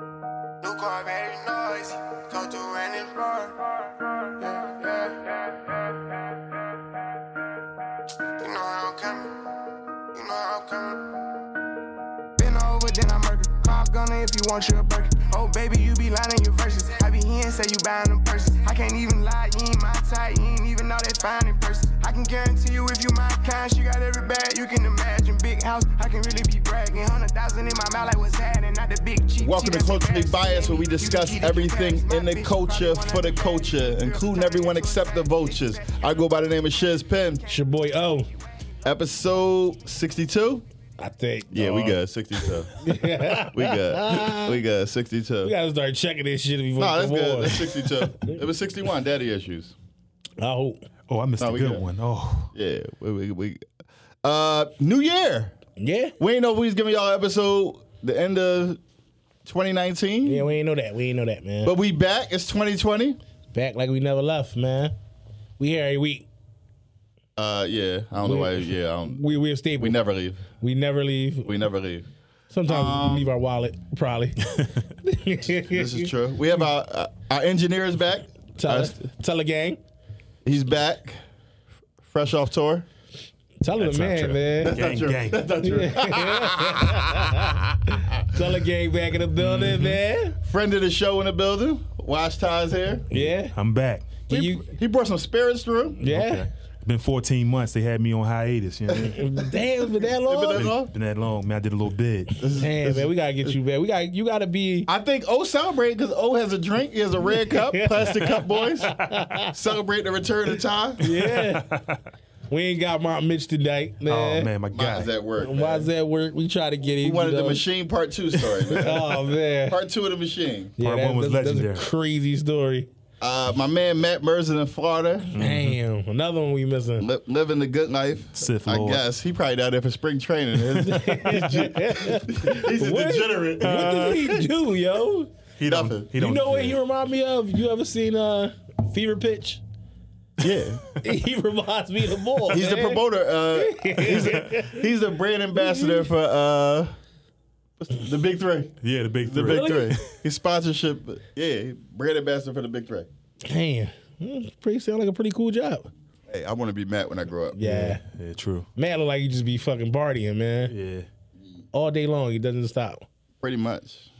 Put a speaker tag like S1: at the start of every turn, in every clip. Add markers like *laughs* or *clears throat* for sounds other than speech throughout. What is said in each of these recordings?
S1: New car made a noise. Come to an explore. Yeah, yeah. You know how I'm coming. You know how I'm coming. Been over, then I murder. Pop gunner if you want your burger. Oh, baby, you be lying in your verses. I be here and say you buying them purses. I can't even lie, you ain't my type. You ain't even know that fine in person. I can guarantee you if you my kind, she got every bag you can imagine. Big house, I can really be bragging. Hundred thousand in my mouth, like what's happening, not the big cheap.
S2: Welcome to Culturally Biased, where we discuss everything in the culture for the culture, including everyone except the vultures. I go by the name of Shiz Penn,
S3: It's your boy O.
S2: episode 62.
S3: I think.
S2: Yeah, we
S3: dog.
S2: good. 62. we
S3: *laughs*
S2: good. We good. 62.
S3: We gotta start checking this shit before
S2: No, that's
S3: we
S2: good.
S3: go
S2: That's 62. it was 61. Daddy issues.
S3: on. I hope.
S4: Oh, I missed
S2: No,
S4: a
S2: we
S4: good
S2: good.
S4: one. Oh,
S2: Yeah. We, we, we. Uh, New Year.
S3: Yeah.
S2: We ain't know if we was giving y'all episode the end of 2019,
S3: Yeah, we ain't know that. We ain't know that, man.
S2: but we back. It's 2020.
S3: Back like we never left, man. We here every week.
S2: Uh, yeah. I don't know why. Yeah. I don't,
S3: We we're stable.
S2: we never leave.
S3: we never leave.
S2: We never leave.
S3: Sometimes we leave our wallet, probably.
S2: *laughs* This is true. We have our uh, our engineer is back.
S3: *laughs* Tell
S2: Our-
S3: us. Tell a gang.
S2: he's back, fresh off tour.
S3: Tell the
S4: That's not
S3: man,
S4: true.
S2: *laughs*
S3: man.
S4: gang, gang.
S3: Tell a gang back in the
S4: Mm-hmm.
S3: building, man.
S2: Friend of the show in the building. Wash ties here.
S3: Yeah.
S4: I'm back.
S3: Can
S2: He,
S3: you
S2: he brought some spirits through.
S3: Yeah.
S4: Been 14 months. They had me on hiatus. You know what I mean?
S3: Damn, it's been that
S2: Been that
S3: long.
S2: long?
S4: Been- Been that long, man. I did a little bid.
S3: Damn, man, we gotta get you back. We got you gotta be
S2: I think O celebrate because O has a drink. He has a red
S3: *laughs*
S2: cup, plastic cup, boys. Celebrate the return of Ty.
S3: *laughs* Yeah. we ain't got Mount Mitch tonight,
S4: Oh
S3: man.
S4: man, my
S2: Why is
S4: God.
S2: that work? man?
S3: Why's that work? We try to get it.
S2: He wanted
S3: you
S2: the
S3: know.
S2: machine part two story, man.
S3: *laughs* Oh man.
S2: part two of the machine.
S4: Part one was
S3: that's,
S4: legendary.
S3: That's a crazy story.
S2: Uh, my man Matt Merzen in Florida,
S4: Mm-hmm.
S3: Damn, another one we missing.
S2: li- living the good life.
S4: Sith
S2: I
S4: Lord.
S2: guess he probably down there for spring training. He's a
S3: What?
S2: degenerate.
S3: what does
S4: *laughs*
S3: he do, yo?
S4: Uh, He don't.
S2: Nothing.
S4: He
S3: You
S4: don't.
S3: know what he remind me of? You ever seen uh Fever Pitch? *laughs*
S2: Yeah,
S3: He reminds me of the ball.
S2: he's the
S3: man.
S2: promoter. Uh, he's a, he's the brand ambassador for uh, what's the, the big three.
S4: Yeah, the big
S2: The
S4: three.
S2: big
S3: Really?
S2: three. His sponsorship. Yeah, brand ambassador for the big three.
S3: *laughs* Damn. Hmm, Pretty sound like a pretty cool job.
S2: Hey, I want to be Matt when I grow up.
S3: Yeah.
S4: Yeah, true.
S3: Man look like he just be fucking partying, man.
S4: Yeah.
S3: All day long. He doesn't stop.
S2: pretty much.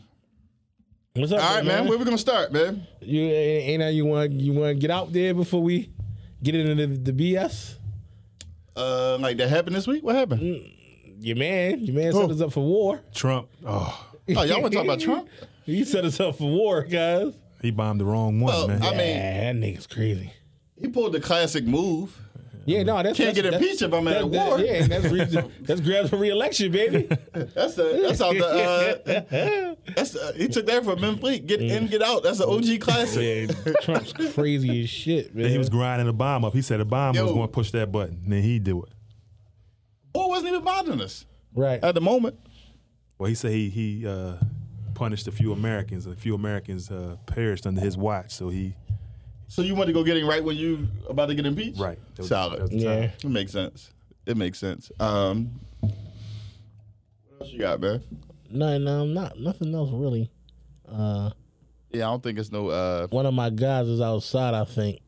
S3: What's up?
S2: All right,
S3: though,
S2: man. Where we gonna start, man?
S3: You ain't ain't that you want you want to get out there before we get into the, the BS.
S2: Uh, like that happened this week. What
S3: Mm.
S2: happened?
S3: Your man, your man set
S2: Who?
S3: us up for war.
S4: Trump. Oh,
S2: Oh, y'all want to talk about Trump?
S3: *laughs* He set us up for war, guys.
S4: he bombed the wrong one,
S2: Well,
S4: man.
S2: I mean-
S3: Yeah, that nigga's crazy.
S2: He pulled the classic move.
S3: Yeah, no, that's
S2: Can't
S3: that's,
S2: get impeached if I'm at a
S3: That's, that,
S2: war.
S3: that, yeah, and that's
S2: *laughs*
S3: reason, that's grabs for re-election, baby.
S2: That's the that's how the uh,
S4: *laughs*
S2: that's the, he took that from Ben Fleet. Get in, get out. That's an OG classic.
S3: Yeah, *laughs* Trump's crazy as shit, man.
S4: Then he was grinding the bomb up. He said the bomb was
S2: Yo.
S4: going to push that button. Then he did it.
S2: War wasn't even bothering us
S3: right.
S2: at the moment.
S4: Well, he said he he uh, punished a few Americans. A few Americans uh, perished under his watch. So he
S2: So you want to go get getting right when you about to get impeached?
S4: right. That was-
S2: Solid.
S4: that was the time.
S3: yeah.
S2: It makes sense. It makes sense. Um, what else you got, man?
S3: No, no, not nothing else really.
S2: Yeah, I don't think it's no uh.
S3: One of my guys is outside. I think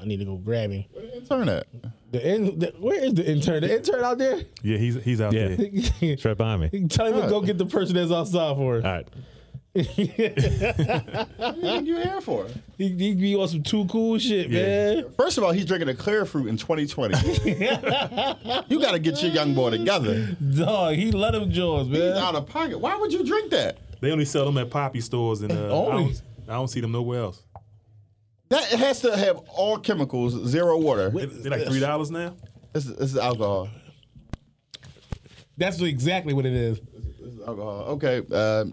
S3: I need to go grab him.
S2: Where the intern at?
S3: The, in, the where is the intern? The intern out
S2: *laughs*
S3: there? *laughs*
S4: Yeah, he's he's out
S5: Yeah.
S4: there.
S5: It's right behind me.
S3: Tell him to go get the person that's outside for us.
S5: All right.
S2: What do you think you here for?
S3: He, he be on some too cool shit, man.
S2: First of all, he's drinking a clear fruit in
S4: *laughs*
S2: 2020. you got to get your young boy together.
S3: Dog, he let him Jaws,
S2: He's
S3: man.
S2: out of pocket. Why would you drink that?
S4: They only sell them at poppy stores, and uh, I,
S3: *laughs* Only.
S4: don't, I don't see them nowhere else.
S2: That it has to have all chemicals, zero water.
S4: They, they like three dollars now.
S2: This, is- this is alcohol.
S3: That's exactly what it is.
S2: This is alcohol. Okay. Uh,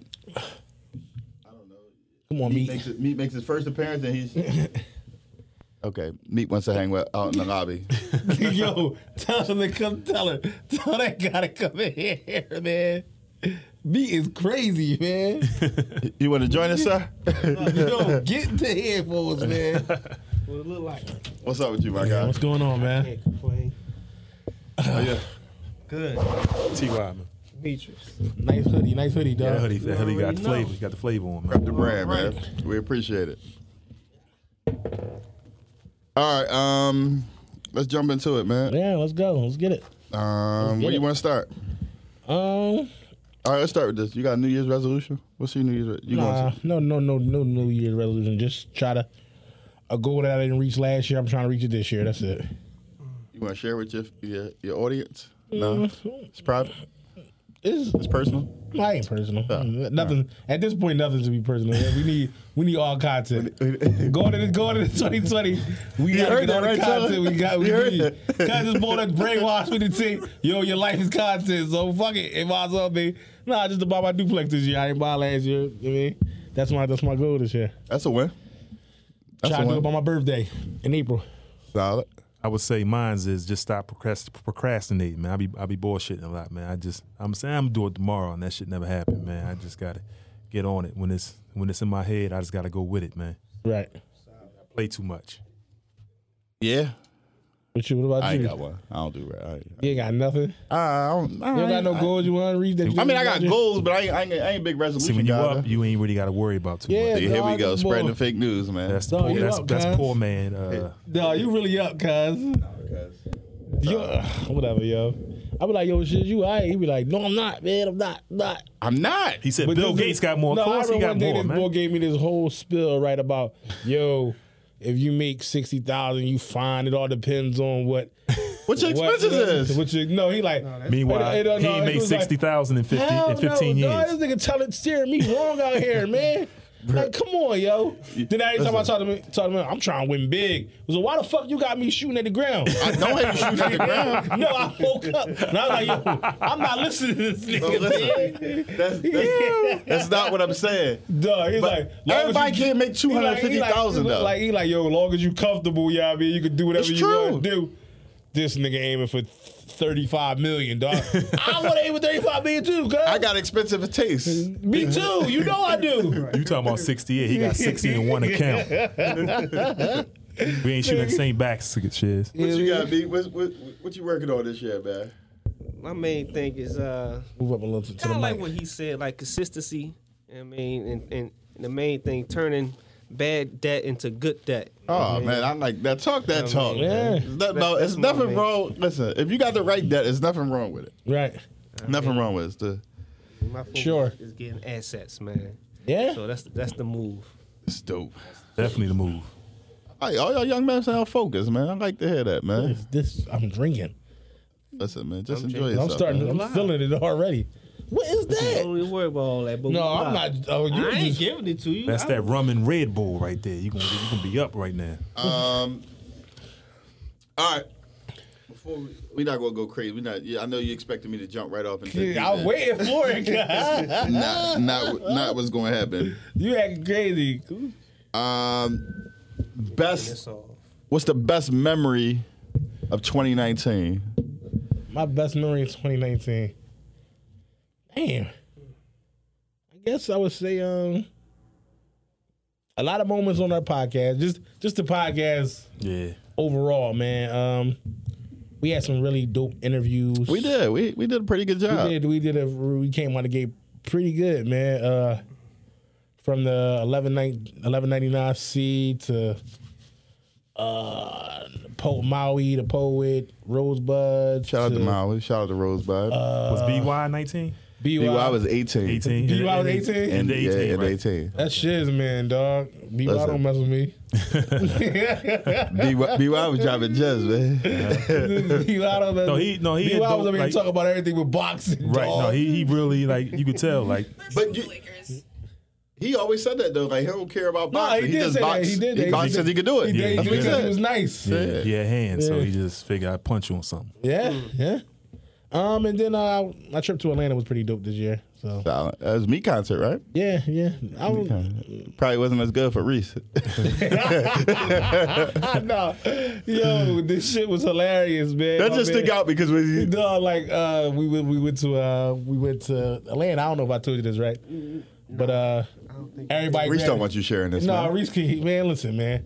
S3: Come on,
S2: meat,
S3: meat.
S2: makes it, meat makes his first appearance, and he's okay. Meat wants to hang with out in the lobby.
S3: *laughs* Yo, tell him to come tell him. Tell that guy to come in here, man. Meat is crazy,
S6: *laughs*
S3: man.
S2: You want to join us, sir?
S3: Yo, get in the here for us, man. What it look like.
S2: What's up with you, my guy?
S3: going on, man?
S2: Oh, yeah.
S4: T. Rodman.
S6: Patriots. Nice hoodie, nice hoodie, dog.
S4: That hoodie, that hoodie got the flavor.
S6: Know.
S4: He got the flavor on,
S2: Rep
S4: man.
S2: the brand, man. We appreciate it. All right, um, let's jump into it, man.
S3: Yeah, let's go. Let's get it.
S2: Um, where
S3: get
S2: you
S3: it.
S2: want to start?
S3: Um,
S2: All right, let's start with this. You got a New Year's resolution? What's your New Year's? Re- you
S3: nah,
S2: going to?
S3: no, no, no, no New Year's resolution. Just try to a goal that I didn't reach last year. I'm trying to reach it this year. That's it.
S2: You want to share with your your, your audience? No, it's private.
S3: It's
S2: It's personal.
S3: I ain't personal. Nothing at this point. Nothing to be personal. We need we need all content. going to going into 2020, we
S2: You
S3: gotta
S2: heard
S3: get
S2: that,
S3: all the
S2: right, Tyler?
S3: content we got. We
S2: You heard
S3: need.
S2: that? *laughs*
S3: Cause this boy that brainwashed me to say, yo, your life is content. So fuck it. It might as well be. Nah, just to buy my duplex this year. I ain't buy last year. You know what I mean, that's my that's my goal this year.
S2: That's a win. That's
S3: Try
S2: a
S3: to do
S2: win.
S3: it by my birthday in April.
S2: Solid.
S4: I would say mine's is just stop procrast- procrastinating, man. I be I be bullshitting a lot, man. I just I'm saying I'm gonna do it tomorrow, and that shit never happened, man. I just gotta get on it when it's when it's in my head. I just gotta go with it, man.
S3: Right.
S4: Play too much.
S2: Yeah.
S3: What you? What about
S2: I
S3: you?
S2: ain't got one. I don't do that. I, ain't-
S3: You ain't got nothing.
S2: I don't. I
S3: You don't got no
S2: I-
S3: goals you want to reach. That you
S2: I mean, I got
S3: didn't reach?
S2: goals, but I ain't, I ain't, I ain't big
S4: See,
S2: resolution.
S4: when you
S2: guy,
S4: up,
S2: though.
S4: you ain't really gotta worry about too
S3: Yeah.
S4: much.
S2: Here we go,
S3: Dog,
S2: spreading
S3: boy.
S2: the fake news, man.
S4: That's
S3: Dog,
S4: poor,
S3: you
S4: that's,
S3: up,
S4: that's
S3: cuz.
S4: poor man. Uh,
S3: No, you really up, cuz. Yo, *sighs* whatever, yo. I be like, yo, shit, you alright? He be like, no, I'm not, man, I'm not, not.
S2: I'm not.
S4: he said
S3: But
S4: Bill
S3: this
S4: Gates
S3: is-
S4: got more.
S3: No,
S4: of course,
S3: I
S4: he
S3: remember
S4: got
S3: one day
S4: more,
S3: this
S4: man.
S3: boy gave me this whole spill right about, yo, if you make sixty thousand, you fine. It all depends on what
S2: What your *laughs*
S3: what-
S2: expenses is?
S3: What you? No, he like.
S4: Meanwhile,
S3: Hey, no,
S4: he
S3: no,
S4: ain't
S3: it
S4: made
S3: was like,
S4: sixty thousand in fifty
S3: Hell
S4: in fifteen
S3: no,
S4: years.
S3: Dog, this nigga telling steering me wrong out here,
S2: *laughs*
S3: man. Like, come on, yo. Then every time I talk to me, talk to me, I'm trying to win big. So why the fuck you got me shooting at the ground? *laughs*
S2: I don't have you shooting at the ground.
S3: no, I woke up and I was like, yo, I'm not listening to this nigga, man.
S2: That's, that's, that's not what I'm saying.
S3: Duh, he's like, long as
S2: Everybody
S3: you-
S2: can't make
S3: he like- he like-
S2: 250,000
S3: he
S2: though.
S3: Like he like, yo, long as you comfortable, yeah, I mean, you can do whatever
S2: It's
S3: you
S2: true.
S3: want to do. This nigga aiming for thirty-five million,
S2: *laughs*
S3: dog. I want to aim for thirty-five million too, cuz.
S2: I got expensive taste.
S3: me too. You know
S2: *laughs*
S3: I do.
S4: You talking about 68? He got 60 in one account. we ain't shooting the same backs, shiz.
S2: What you got, B? What, what, what you working on this year, man?
S7: My main thing is uh,
S3: Move up a little to the
S7: kind
S3: mic.
S7: of like what he said, like consistency. I mean, and, and the main thing, turning bad debt into good debt.
S2: Oh man, I'm like that. Talk that talk.
S3: Yeah.
S2: It's not- no, it's
S7: That's my
S2: nothing
S7: man.
S2: wrong. Listen, if you got the right debt, there's nothing wrong with it.
S3: Right.
S2: Nothing wrong with it. It's the-
S7: My focus
S3: Sure.
S7: is getting assets, man.
S3: Yeah.
S7: So that's that's the move.
S2: It's dope.
S4: Definitely the move.
S2: Hey, all y'all young men sound focused, man. I like to hear that, man.
S3: This I'm drinking.
S2: Listen, man, just enjoy yourself.
S3: I'm starting.
S2: man.
S3: I'm feeling it already. What is
S7: I
S3: that?
S7: don't even worry about all that. But
S3: No,
S7: we
S3: I'm
S7: live.
S3: not. Oh, you
S7: I ain't
S3: just, *laughs*
S7: giving it to you.
S4: That's
S7: I-
S4: that rum and Red Bull right there. You gonna be, you gonna be up right now.
S2: Um. All right. Before we, we not gonna go crazy. We not. Yeah, I know you expecting me to jump right off and. take
S3: I'm
S2: these
S3: waiting for
S7: *laughs*
S3: it. cuz.
S2: in. Not, not, not what's gonna happen.
S3: you acting crazy.
S2: Um,
S7: That's
S2: best.
S7: all.
S2: What's the best memory of 2019?
S3: My best memory is 2019. Damn. I guess I would say um a lot of moments on our podcast. Just just the podcast
S4: Yeah.
S3: overall, man. Um we had some really dope interviews.
S2: We did. We we did a pretty good job.
S3: We did. We did. A, we came out the gate pretty good, man. Uh, from the 1199 C to uh, po- Maui to Poet, Rosebud.
S2: Shout out to Molly. Shout out to Rosebud.
S3: Uh,
S4: Was BY 19?
S3: BY.
S2: BY was 18.
S4: 18.
S3: BY was
S4: And-
S3: 18?
S2: And,
S4: And
S2: yeah,
S4: 18.
S2: and
S4: right?
S2: 18.
S3: That shiz, man, dog. BY
S2: Listen.
S3: don't mess with me. *laughs*
S2: BY, BY was dropping jazz, man.
S3: BY don't mess
S4: No, he- no, he
S3: BY
S4: a dope,
S3: was over here
S4: like-
S3: talking about everything with boxing.
S4: Right.
S3: dog.
S4: No, he, he really like you could tell like
S2: but you, he always said that though. Like he don't care about
S3: No,
S2: boxing.
S3: he did
S2: just
S3: say that.
S2: boxed-
S3: He did that.
S2: He
S3: He
S2: boxed
S3: did-
S2: because he could do it.
S3: He did.
S4: Yeah,
S3: he
S2: That's what
S3: did
S2: he
S3: because he
S2: said.
S3: was nice.
S4: yeah, he had hands, so
S3: Yeah.
S4: he just figured I'd punch you on something.
S3: Yeah, yeah. Um, and then uh, my trip to Atlanta was pretty dope this year. So
S2: Solid. That was me concert, right?
S3: yeah, yeah. I was
S2: Probably wasn't as good for
S3: *laughs*
S2: Reese. *laughs*
S3: I know. Yo, this shit was hilarious, man.
S2: that
S3: My
S2: just
S3: man-
S2: stick out because we,
S3: No, like uh, we went, we went to uh, we went to Atlanta. I don't know if I told you this, right? But uh, everybody.
S2: Reese
S3: grabbed-
S2: don't want you sharing this.
S3: No,
S2: man.
S3: Reese can man, listen, man.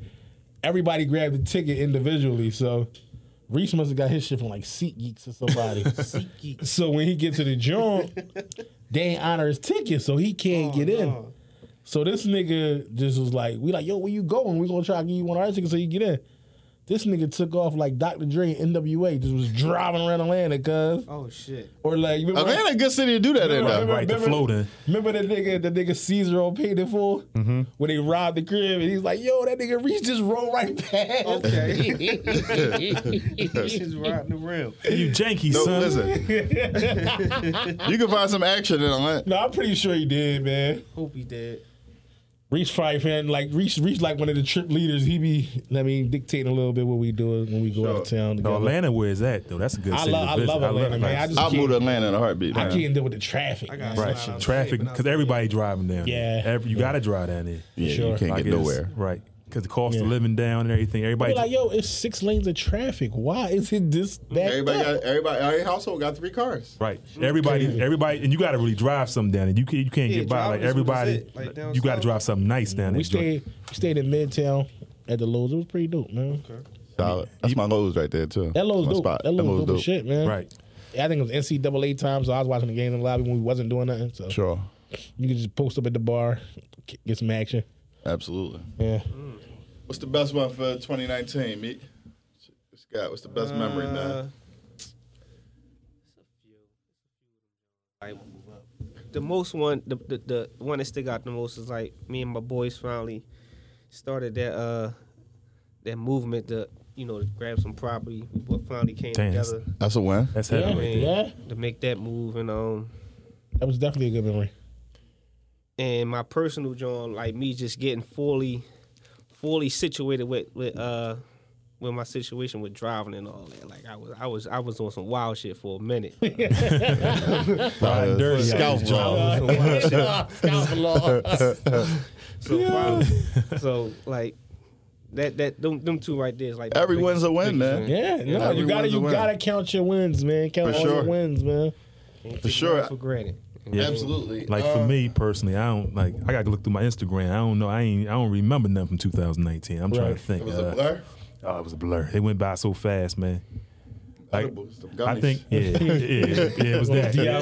S3: Everybody grabbed the ticket individually, so Reese must have got his shit from like Seat Geeks or somebody.
S7: SeatGeek.
S3: so when he get to the joint, they ain't honor his ticket, so he can't get in.
S7: no.
S3: So this nigga just was like, we like, yo, where you going? We gonna try to give you one of our tickets so you get in. This nigga took off like Dr. Dre and NWA, just was driving around Atlanta, cuz.
S7: Oh shit.
S3: Or like, remember,
S2: Atlanta, a good city to do that in.
S3: Remember-
S2: though.
S4: Right, the
S3: remember-
S4: floating.
S3: Remember the nigga, the nigga Caesar on Paid in Full? Mm-hmm. When they robbed the crib and he's like, yo, that nigga Reese just rolled right past.
S7: *laughs* Okay. She's riding the rim.
S4: You janky,
S2: No,
S4: son.
S3: *laughs*
S2: listen. you can find some action in Atlanta.
S3: *laughs* No, I'm pretty sure he did, man.
S7: Hope he dead.
S3: Reese probably fan like Reese. Reese like one of the trip leaders. He be I mean dictating a little bit what we do when we go out of town
S4: No,
S3: together.
S4: Atlanta, where is that though? That's a good
S3: I
S4: city
S3: love-
S4: to
S3: I
S4: visit.
S3: love Atlanta, man. I just-
S2: I'll move to Atlanta in a heartbeat.
S3: I
S2: man.
S3: can't deal with the traffic. man.
S4: right,
S7: Slide out
S4: traffic
S7: shape, but I
S4: because everybody driving down.
S3: Yeah.
S4: there. Every, you got to drive down there.
S2: Yeah,
S3: Sure.
S2: you can't
S4: Like
S2: get
S4: it's-
S2: nowhere.
S4: Right, because the cost
S3: Yeah.
S4: of living down and everything. Everybody
S3: Be like, yo, it's six lanes of traffic. Why is it this bad?
S2: Everybody, got, everybody, every household got three cars.
S4: Right. Everybody, everybody, and you got to really drive something down there. You can't, you can't
S7: Yeah,
S4: get by like
S7: driving is what it's
S4: everybody.
S7: at, like down
S4: you got to
S7: south.
S4: drive something nice down there.
S3: we stayed we stayed in Midtown at the Lowe's. It was pretty dope, man.
S2: Solid. That's my Lowe's right there too.
S3: That Lowe's
S2: My
S3: dope.
S2: spot.
S3: That Lowe's dope, as shit, man.
S4: Right.
S3: I think it was NCAA time, so I was watching the games in the lobby when we wasn't doing nothing. So
S2: Sure,
S3: you could just post up at the bar, get some action.
S2: absolutely.
S3: Yeah.
S2: What's the best one for 2019? Meek? Scott, what's the best memory
S7: Uh,
S2: now?
S7: Like, the most one, the, the the one that stick out the most is like me and my boys finally started that uh that movement to you know to grab some property. We bo- finally came
S4: Damn, that's-
S7: together
S2: That's a win.
S4: That's
S3: Yeah.
S4: heavy. right there.
S3: yeah.
S7: to make that move and um
S3: That was definitely a good memory.
S7: and my personal joint like me just getting fully fully situated with with uh with my situation with driving and all that. Like I was I was I was on some wild shit for a minute.
S4: Riding dirty.
S2: Scout
S3: *laughs*
S2: job.
S7: So
S3: *laughs*
S7: probably- so like that that them, them two right there is like the
S2: Every
S7: biggest-
S2: win's a win,
S7: biggest
S2: man.
S7: win.
S3: Yeah, no,
S2: Every
S3: you gotta
S2: win's a
S3: you
S2: win.
S3: gotta count your wins, man. Count
S2: For
S3: all your
S2: sure.
S3: wins, man.
S7: Can't take
S2: For
S7: nothing
S2: sure.
S7: for granted.
S4: Yeah.
S2: Absolutely.
S4: Like
S7: Uh,
S4: for me personally, I don't like. I got to look through my Instagram. I don't know. I ain't. I don't remember nothing from 2019. I'm trying
S3: Right.
S4: to think.
S2: it was a
S4: uh,
S2: blur.
S4: Oh, it was a blur. It went by so fast, man. Like, I
S2: I
S4: think. Yeah. yeah,
S3: *laughs*
S4: *laughs* yeah, it was that.
S3: DI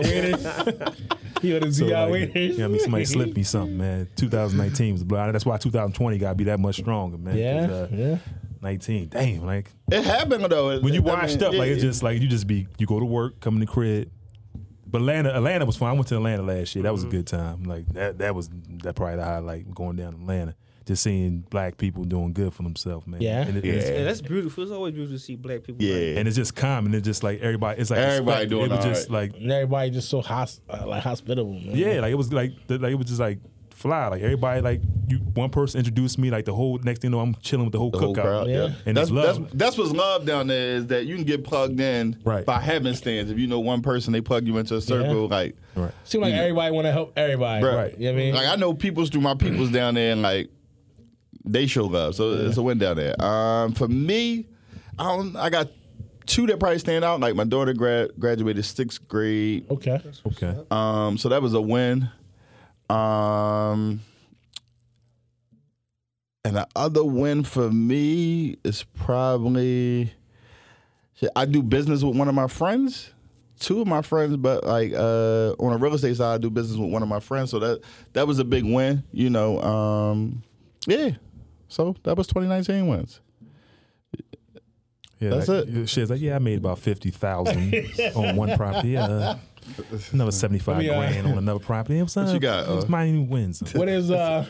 S3: winners. *laughs* He on the
S4: So,
S3: DI
S4: like,
S3: winners.
S4: yeah, I mean, somebody slipped me something, man. 2019 was a blur. That's why 2020 got to be that much stronger, man. 'cause,
S3: *laughs* Yeah,
S4: uh,
S3: yeah.
S4: 19. Damn, like
S2: it happened though.
S4: when you
S2: I mean,
S4: washed up,
S2: yeah,
S4: like it's
S2: yeah.
S4: just like you just be you go to work, come in the crib. But Atlanta, Atlanta was fun. I went to Atlanta last year. That was a
S2: Mm-hmm.
S4: good time. Like that, that was that probably the highlight going down to Atlanta. Just seeing black people doing good for themselves, man.
S3: Yeah.
S4: and, it-
S2: Yeah.
S7: Yeah,
S4: It's,
S7: that's beautiful. It's always beautiful to see black people.
S2: Yeah.
S4: and it's just common. It's just like everybody. It's like
S2: Everybody
S4: respect.
S2: doing
S4: It was
S2: all
S4: just like
S3: And everybody just so hos- uh, like hospitable, man.
S4: yeah, like it was like the- like it was just like fly. Like everybody, like you. One person introduced me. Like the whole next thing you know, I'm chilling with the whole
S2: the whole
S4: cookout.
S2: crowd.
S3: Yeah.
S2: Yeah.
S4: And
S2: that's,
S4: it's love.
S2: that's that's what's love down there is that you can get plugged in
S4: Right.
S2: by happenstance. If you know one person, they plug you into a circle. Like,
S4: Right.
S3: Seem like everybody wanna help everybody.
S2: Bruh.
S3: Right. You know what I mean?
S2: like I know peoples through my peoples down there, and like they show love. So it's a win down there. Um, for me, I don't. I got two that probably stand out. Like my daughter grad graduated sixth grade.
S3: okay.
S4: Okay.
S2: Um, so that was a win. Um, and the other win for me is probably shit, I do business with one of my friends. Two of my friends, but like uh, on the real estate side, I do business with one of my friends. So that that was a big win, you know. Um, yeah. So that was 2019 wins.
S4: Yeah,
S2: That's
S4: like,
S2: it.
S4: Shit's like, yeah, I made about
S3: *laughs*
S4: fifty thousand on one property. Uh, another seventy five
S3: Let me, uh,
S4: grand on another property. It was, uh,
S2: you got,
S4: It was
S2: uh?
S4: Miami wins.
S3: What is uh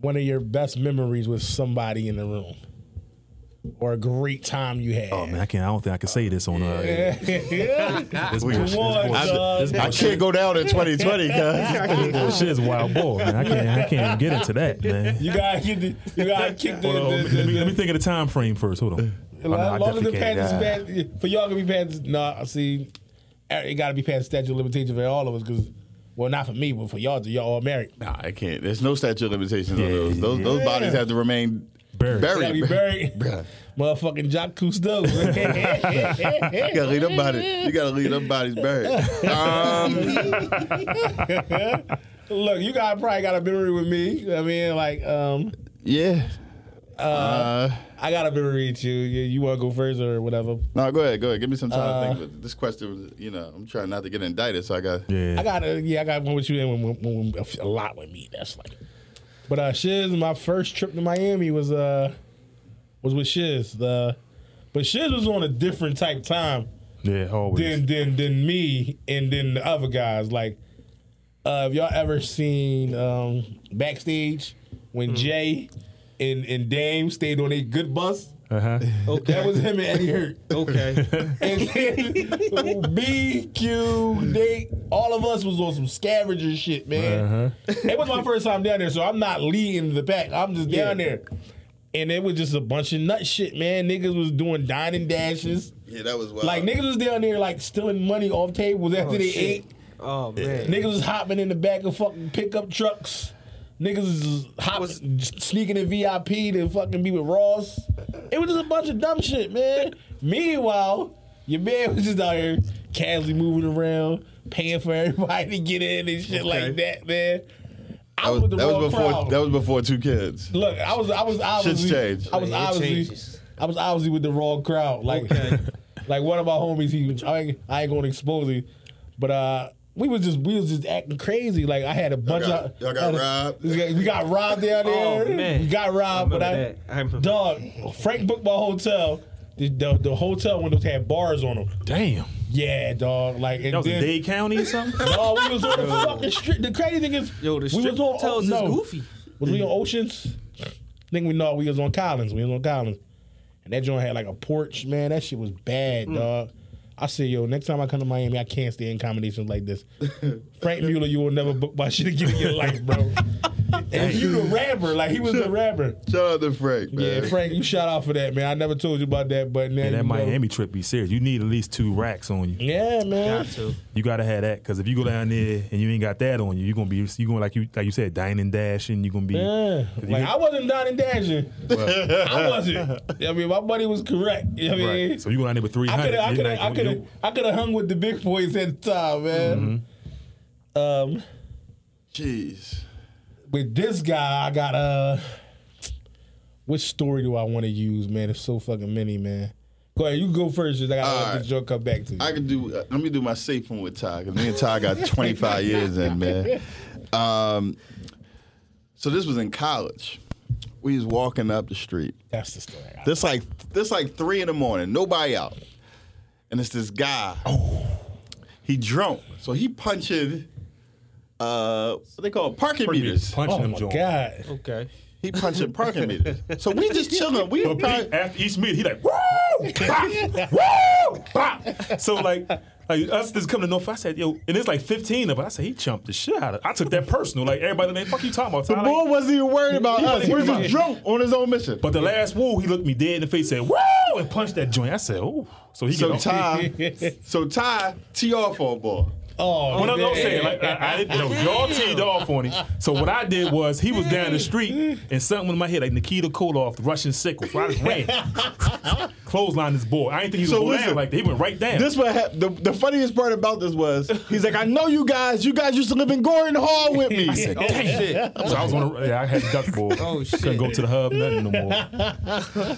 S3: one of your best memories with somebody in the room? Or a great time you had.
S4: Oh man, I can't. I don't think I can say this on.
S3: *laughs*
S4: Uh, This bullshit-
S3: on,
S4: this bullshit-
S3: dog.
S4: this
S2: I
S4: bullshit-
S2: can't go down in 2020, guys.
S4: this bullshit is wild boy, man. I can't. I can't even get into that, man.
S3: You gotta get the, you
S4: *laughs*
S3: gotta kick the,
S4: Hold on,
S3: the,
S4: let, me,
S3: the-
S4: let me think of the time frame first. Hold on. Oh, no, I
S3: As long as the
S4: definitely can't.
S3: past is
S4: Yeah.
S3: past, for y'all to be past. No, nah, see, eh, it got to be past statute of limitations for all of us. Because, well, not for me, but for y'all, two, y'all all married.
S2: Nah, I can't. There's no statute of limitations on
S4: Yeah,
S2: those. Those
S4: yeah.
S2: those bodies have to remain
S4: Buried.
S2: buried.
S3: Gotta be
S4: *laughs*
S3: buried, motherfucking Jacques *laughs* Cousteau.
S2: You gotta leave them bodies. You gotta leave them bodies
S4: *laughs*
S2: buried. Um,
S3: Look, you guys probably got a memory with me. I mean, like, um,
S2: yeah.
S3: Uh,
S2: Uh,
S3: I gotta be read you. You, you want to go first or whatever?
S2: no, go ahead, go ahead. Give me some time
S3: Uh,
S2: to think. But this question was, you know, I'm trying not to get indicted, so I got.
S4: Yeah.
S3: I got a, yeah, I got one with you and one, one, one- a lot with me. That's like, but uh, Shiz, my first trip to Miami was uh was with Shiz. The but Shiz was on a different type time
S4: yeah, always.
S3: than than than me and then the other guys. Like, uh, have y'all ever seen um backstage when Jay and and Dame stayed on a good bus?
S4: uh-huh.
S7: Okay.
S3: That was him and Eddie Hurt.
S7: okay.
S3: *laughs* And then B, Q, Nate, all of us was on some scavenger shit, man. It was my first time down there, so I'm not leading the pack. I'm just down there. And it was just a bunch of nut shit, man. Niggas was doing dine and dashes.
S2: Yeah, that was wild.
S3: Like niggas was down there like stealing money off tables after they ate.
S7: Oh man.
S3: Niggas was hopping in the back of fucking pickup trucks. Niggas was hopping, sneaking in VIP to fucking be with Ross. It was just a bunch of dumb shit, man. Meanwhile, your man was just out here casually moving around, paying for everybody to get in and shit like that, man. I
S2: that
S3: was,
S2: was,
S3: with the
S2: that
S3: wrong
S2: was before.
S3: crowd.
S2: That was before two kids.
S3: Look, I was, I was obviously,
S2: changed.
S3: I was
S7: It
S3: obviously,
S7: changes.
S3: I was obviously with the wrong crowd. Like,
S7: Okay.
S3: *laughs* like one of my homies, he, I ain't, I ain't gonna expose him, but uh, we was just, we was just acting crazy. Like I had a bunch
S2: Y'all got-
S3: of,
S2: y'all got
S3: I-
S2: robbed.
S3: We got, we got robbed down
S7: Oh,
S3: there.
S7: man.
S3: we got robbed,
S7: I remember
S3: but I,
S7: that. I remember
S3: dog, Frank booked my hotel. The, the, the hotel windows had bars on them.
S4: Damn.
S3: Yeah, dog. Like and
S4: That was
S3: then,
S4: in Dade County or *laughs* something?
S3: No, we was on the fucking street. The crazy thing is,
S7: Yo, the
S3: we
S7: strip
S3: was on, oh,
S7: hotels
S3: no.
S7: is goofy.
S3: Was we on Oceans? I think we know we was on Collins. We was on Collins. And that joint had like a porch, man. That shit was bad, dog. I said, yo, next time I come to Miami, I can't stay in combinations like this. *laughs* Frank Mueller, you will never book my shit again in your life, bro. and you the rapper, like he was the rapper.
S2: Shout out to Frank, man.
S3: Yeah, Frank, you shot out for that, man. I never told you about that, but now
S4: Yeah,
S3: you know.
S4: that Miami trip be serious. You need at least two racks on you.
S3: Yeah, man.
S7: Got to.
S4: You gotta have that because if you go down there and you ain't got that on you, you're gonna be you gonna like you like you said dine and dash and you gonna be
S3: Yeah. Like I wasn't down and dashing. *laughs* I
S4: *laughs*
S3: wasn't. I mean, my buddy was correct. You know what I mean?
S4: right. So you go down there with three
S3: I could
S4: hundred.
S3: have, I could have, I could have, I could have hung with the big boys at the time, man.
S4: Mm-hmm.
S3: Um,
S2: Jeez.
S3: with this guy, I got uh, which story do I want to use, man? It's so fucking many, man. Go ahead, you go first. 'cause I gotta
S2: All
S3: let
S2: right.
S3: this joke come back to you.
S2: I could do. Uh, let me do my safe one with Ty because me and Ty got 25 years in, man. Um, so this was in college. We was walking up the street.
S3: That's the story. I got.
S2: This like this like three in the morning. Nobody out, and it's this guy. He drunk, so he punching. Uh, what they call it? parking meters.
S4: punching
S3: Oh
S4: them
S3: my
S4: joint.
S3: god!
S7: Okay.
S2: He punching parking meters. So we
S4: *laughs*
S2: just chilling. We
S4: But
S2: probably,
S4: Pete, after each meet, he like woo, bop, woo, bop. So like. Like us just coming to North, I said, yo, and it's like 15 of us. I said, he chumped the shit out of I took that personal. Like everybody, man, fuck you talking about.
S2: the
S4: Ty?" Like,
S2: boy wasn't even worried about
S4: He
S2: us.
S4: wasn't
S2: We were
S4: even
S2: just
S4: about
S2: drunk on his own mission.
S4: But the last woo, he looked me dead in the face, said woo, and punched that joint. I said, oh, so he
S2: so
S4: get
S2: Ty,
S4: *laughs*
S2: *laughs* so Ty, tee off on ball.
S3: *laughs* Oh,
S4: What I'm
S3: man.
S4: I'm saying, like I, I didn't know y'all teed off on him. So what I did was he was down the street and something went in my head like Nikita Koloff, the Russian sickle. So I
S2: *laughs*
S4: just ran, clothesline this boy. I didn't think he was
S2: So
S4: going
S2: listen,
S4: down like that. He went right down.
S2: This what hap- the, the funniest part about this was he's like, I know you guys. You guys used to live in Gordon Hall with me.
S4: *laughs* I said, "Oh, damn. So I was on. A, yeah, I had duck board.
S7: Oh, shit.
S4: Couldn't go to the hub nothing no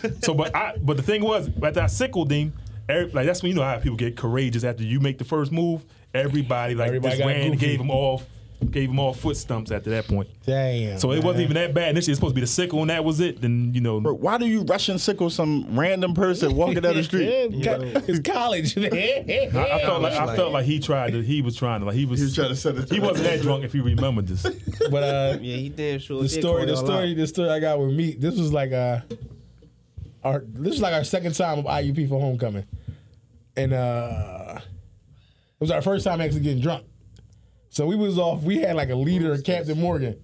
S4: more. so, but I, but the thing was, after I sickled him, every, like that's when you know how people get courageous after you make the first move. Everybody like
S3: Everybody
S4: just
S3: got
S4: ran and
S3: goofy.
S4: gave him all, gave him all foot stumps after that point.
S3: Damn.
S4: So it
S3: man.
S4: wasn't even that bad. Initially, it's supposed to be the sickle, and that was it. Then you know,
S2: Bro, why do you Russian sickle some random person walking down
S4: *laughs*
S2: the
S3: Yeah,
S2: street?
S3: co- it's college, man.
S4: I, I felt like I felt like he tried to. He was trying to. Like he was.
S2: He was trying to set it-
S4: He wasn't that drunk if you remember this.
S3: but uh,
S7: Yeah, he damn sure.
S3: the
S7: did
S3: story, the
S7: call y'all out.
S3: story, the story I got with me. This was like uh, our this is like our second time of IUP for homecoming, and uh, it was our first time actually getting drunk. So we was off. We had like a leader, Captain Morgan.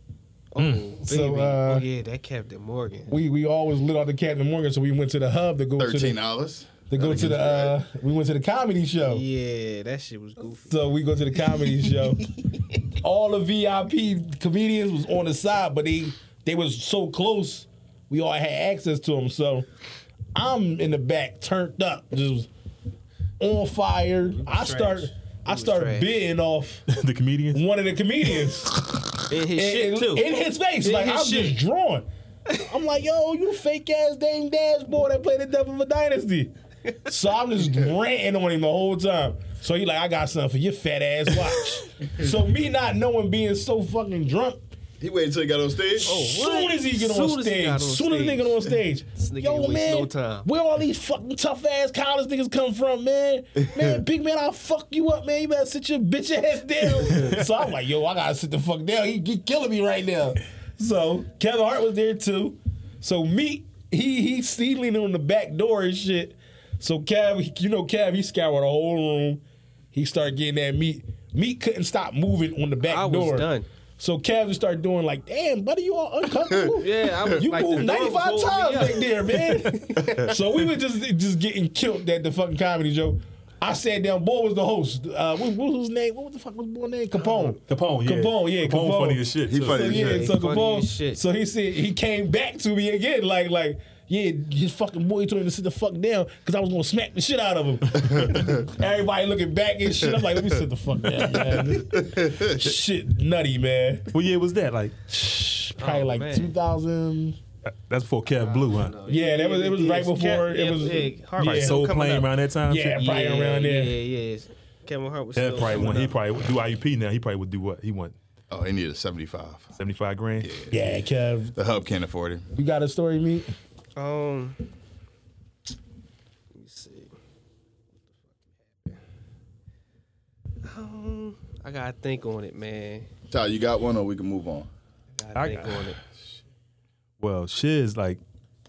S7: Oh,
S3: So,
S7: baby.
S3: uh,
S7: oh yeah, that Captain Morgan.
S3: We we always lit on the Captain Morgan, so we went to the hub to go to
S2: Thirteen
S3: the,
S2: dollars.
S3: to go to the uh, we went to the comedy show.
S7: Yeah, that shit
S3: *laughs*
S7: was goofy.
S3: So we go to the comedy show. all the VIP comedians was on the side, but they they was so close, we all had access to them. So I'm in the back, turned up, just on fire. I
S7: trash.
S3: start I
S7: was
S3: start
S7: trash.
S3: bidding off
S4: the
S3: Mm-hmm.
S4: comedian.
S3: one of the comedians
S7: And his
S3: in,
S7: shit too.
S3: in his face,
S7: In
S3: like
S7: his
S3: I'm
S7: shit.
S3: just drawing. I'm like, yo, you fake ass dang dashboard that played the Devil of a Dynasty. So I'm just ranting on him the whole time. So he like, I got something for your fat ass watch. so me not knowing being so fucking drunk,
S2: He waited until he got on stage. Oh,
S3: soon as he get
S7: Soon
S3: on
S7: as he
S3: stage,
S7: got on
S3: soon as the
S7: stage.
S3: nigga on stage,
S7: nigga
S3: yo
S7: ain't waste
S3: man,
S7: no time.
S3: where all these fucking tough ass college niggas come from, man? Man, big man, I'll fuck you up, man. You better sit your bitch ass down. so I'm like, yo, I gotta sit the fuck down. He, he killing me right now. So Kevin Hart was there too. So me, he he see leaning on the back door and shit. So Cav, you know Cav, he scoured the whole room. He started getting that meat. Meat couldn't stop moving on the back
S7: I was
S3: door.
S7: done.
S3: So Cavs would start doing like, damn, buddy, you all uncomfortable.
S7: Yeah, I was
S3: you
S7: like,
S3: moved
S7: the dog
S3: ninety
S7: was
S3: five
S7: holding
S3: times
S7: me
S3: back
S7: up.
S3: there,
S7: *laughs*
S3: man. so we were just just getting killed at the fucking comedy show. I sat down. Boy was the host. Uh, what, what was his name? What the fuck was boy name? Capone.
S4: Uh, Capone, yeah.
S3: Capone, yeah, Capone.
S4: funny as shit.
S2: He
S4: too.
S2: funny
S3: So
S2: as
S3: yeah,
S2: shit.
S3: so
S7: Funny
S3: Capone.
S7: as shit.
S3: So he said he came back to me again, like like. Yeah, his fucking boy told him to sit the fuck down because I was gonna smack the shit out of
S4: *laughs*
S3: him. Everybody looking back and shit. I'm like, let me sit the fuck down,
S7: *laughs*
S3: man. shit, nutty, man.
S4: What year was that? Like
S3: Probably
S7: Oh,
S3: like
S7: man.
S3: 2000.
S4: that's before Kev Blue, huh?
S3: Yeah, that was it was right before it was.
S4: Probably
S3: Yeah.
S4: Soul
S7: coming
S4: Plane
S7: up.
S4: around that time.
S3: Yeah,
S4: shit?
S3: probably around there.
S7: Yeah, yeah. Kevin Hart was
S4: Kev
S7: still
S4: probably
S7: coming
S4: won. He
S7: up.
S4: probably would do IUP now. He probably would do what? He won
S2: Oh, he needed 75.
S4: seventy five grand. Yeah.
S3: Yeah, Kev,
S2: The hub can't afford it.
S3: you got a story, me?
S7: Um, let me see. Um, I gotta think on it, man.
S2: Ty, you got one or we can move on?
S7: Gotta
S4: I
S7: think
S4: got-
S7: on it.
S4: Well, Shiz like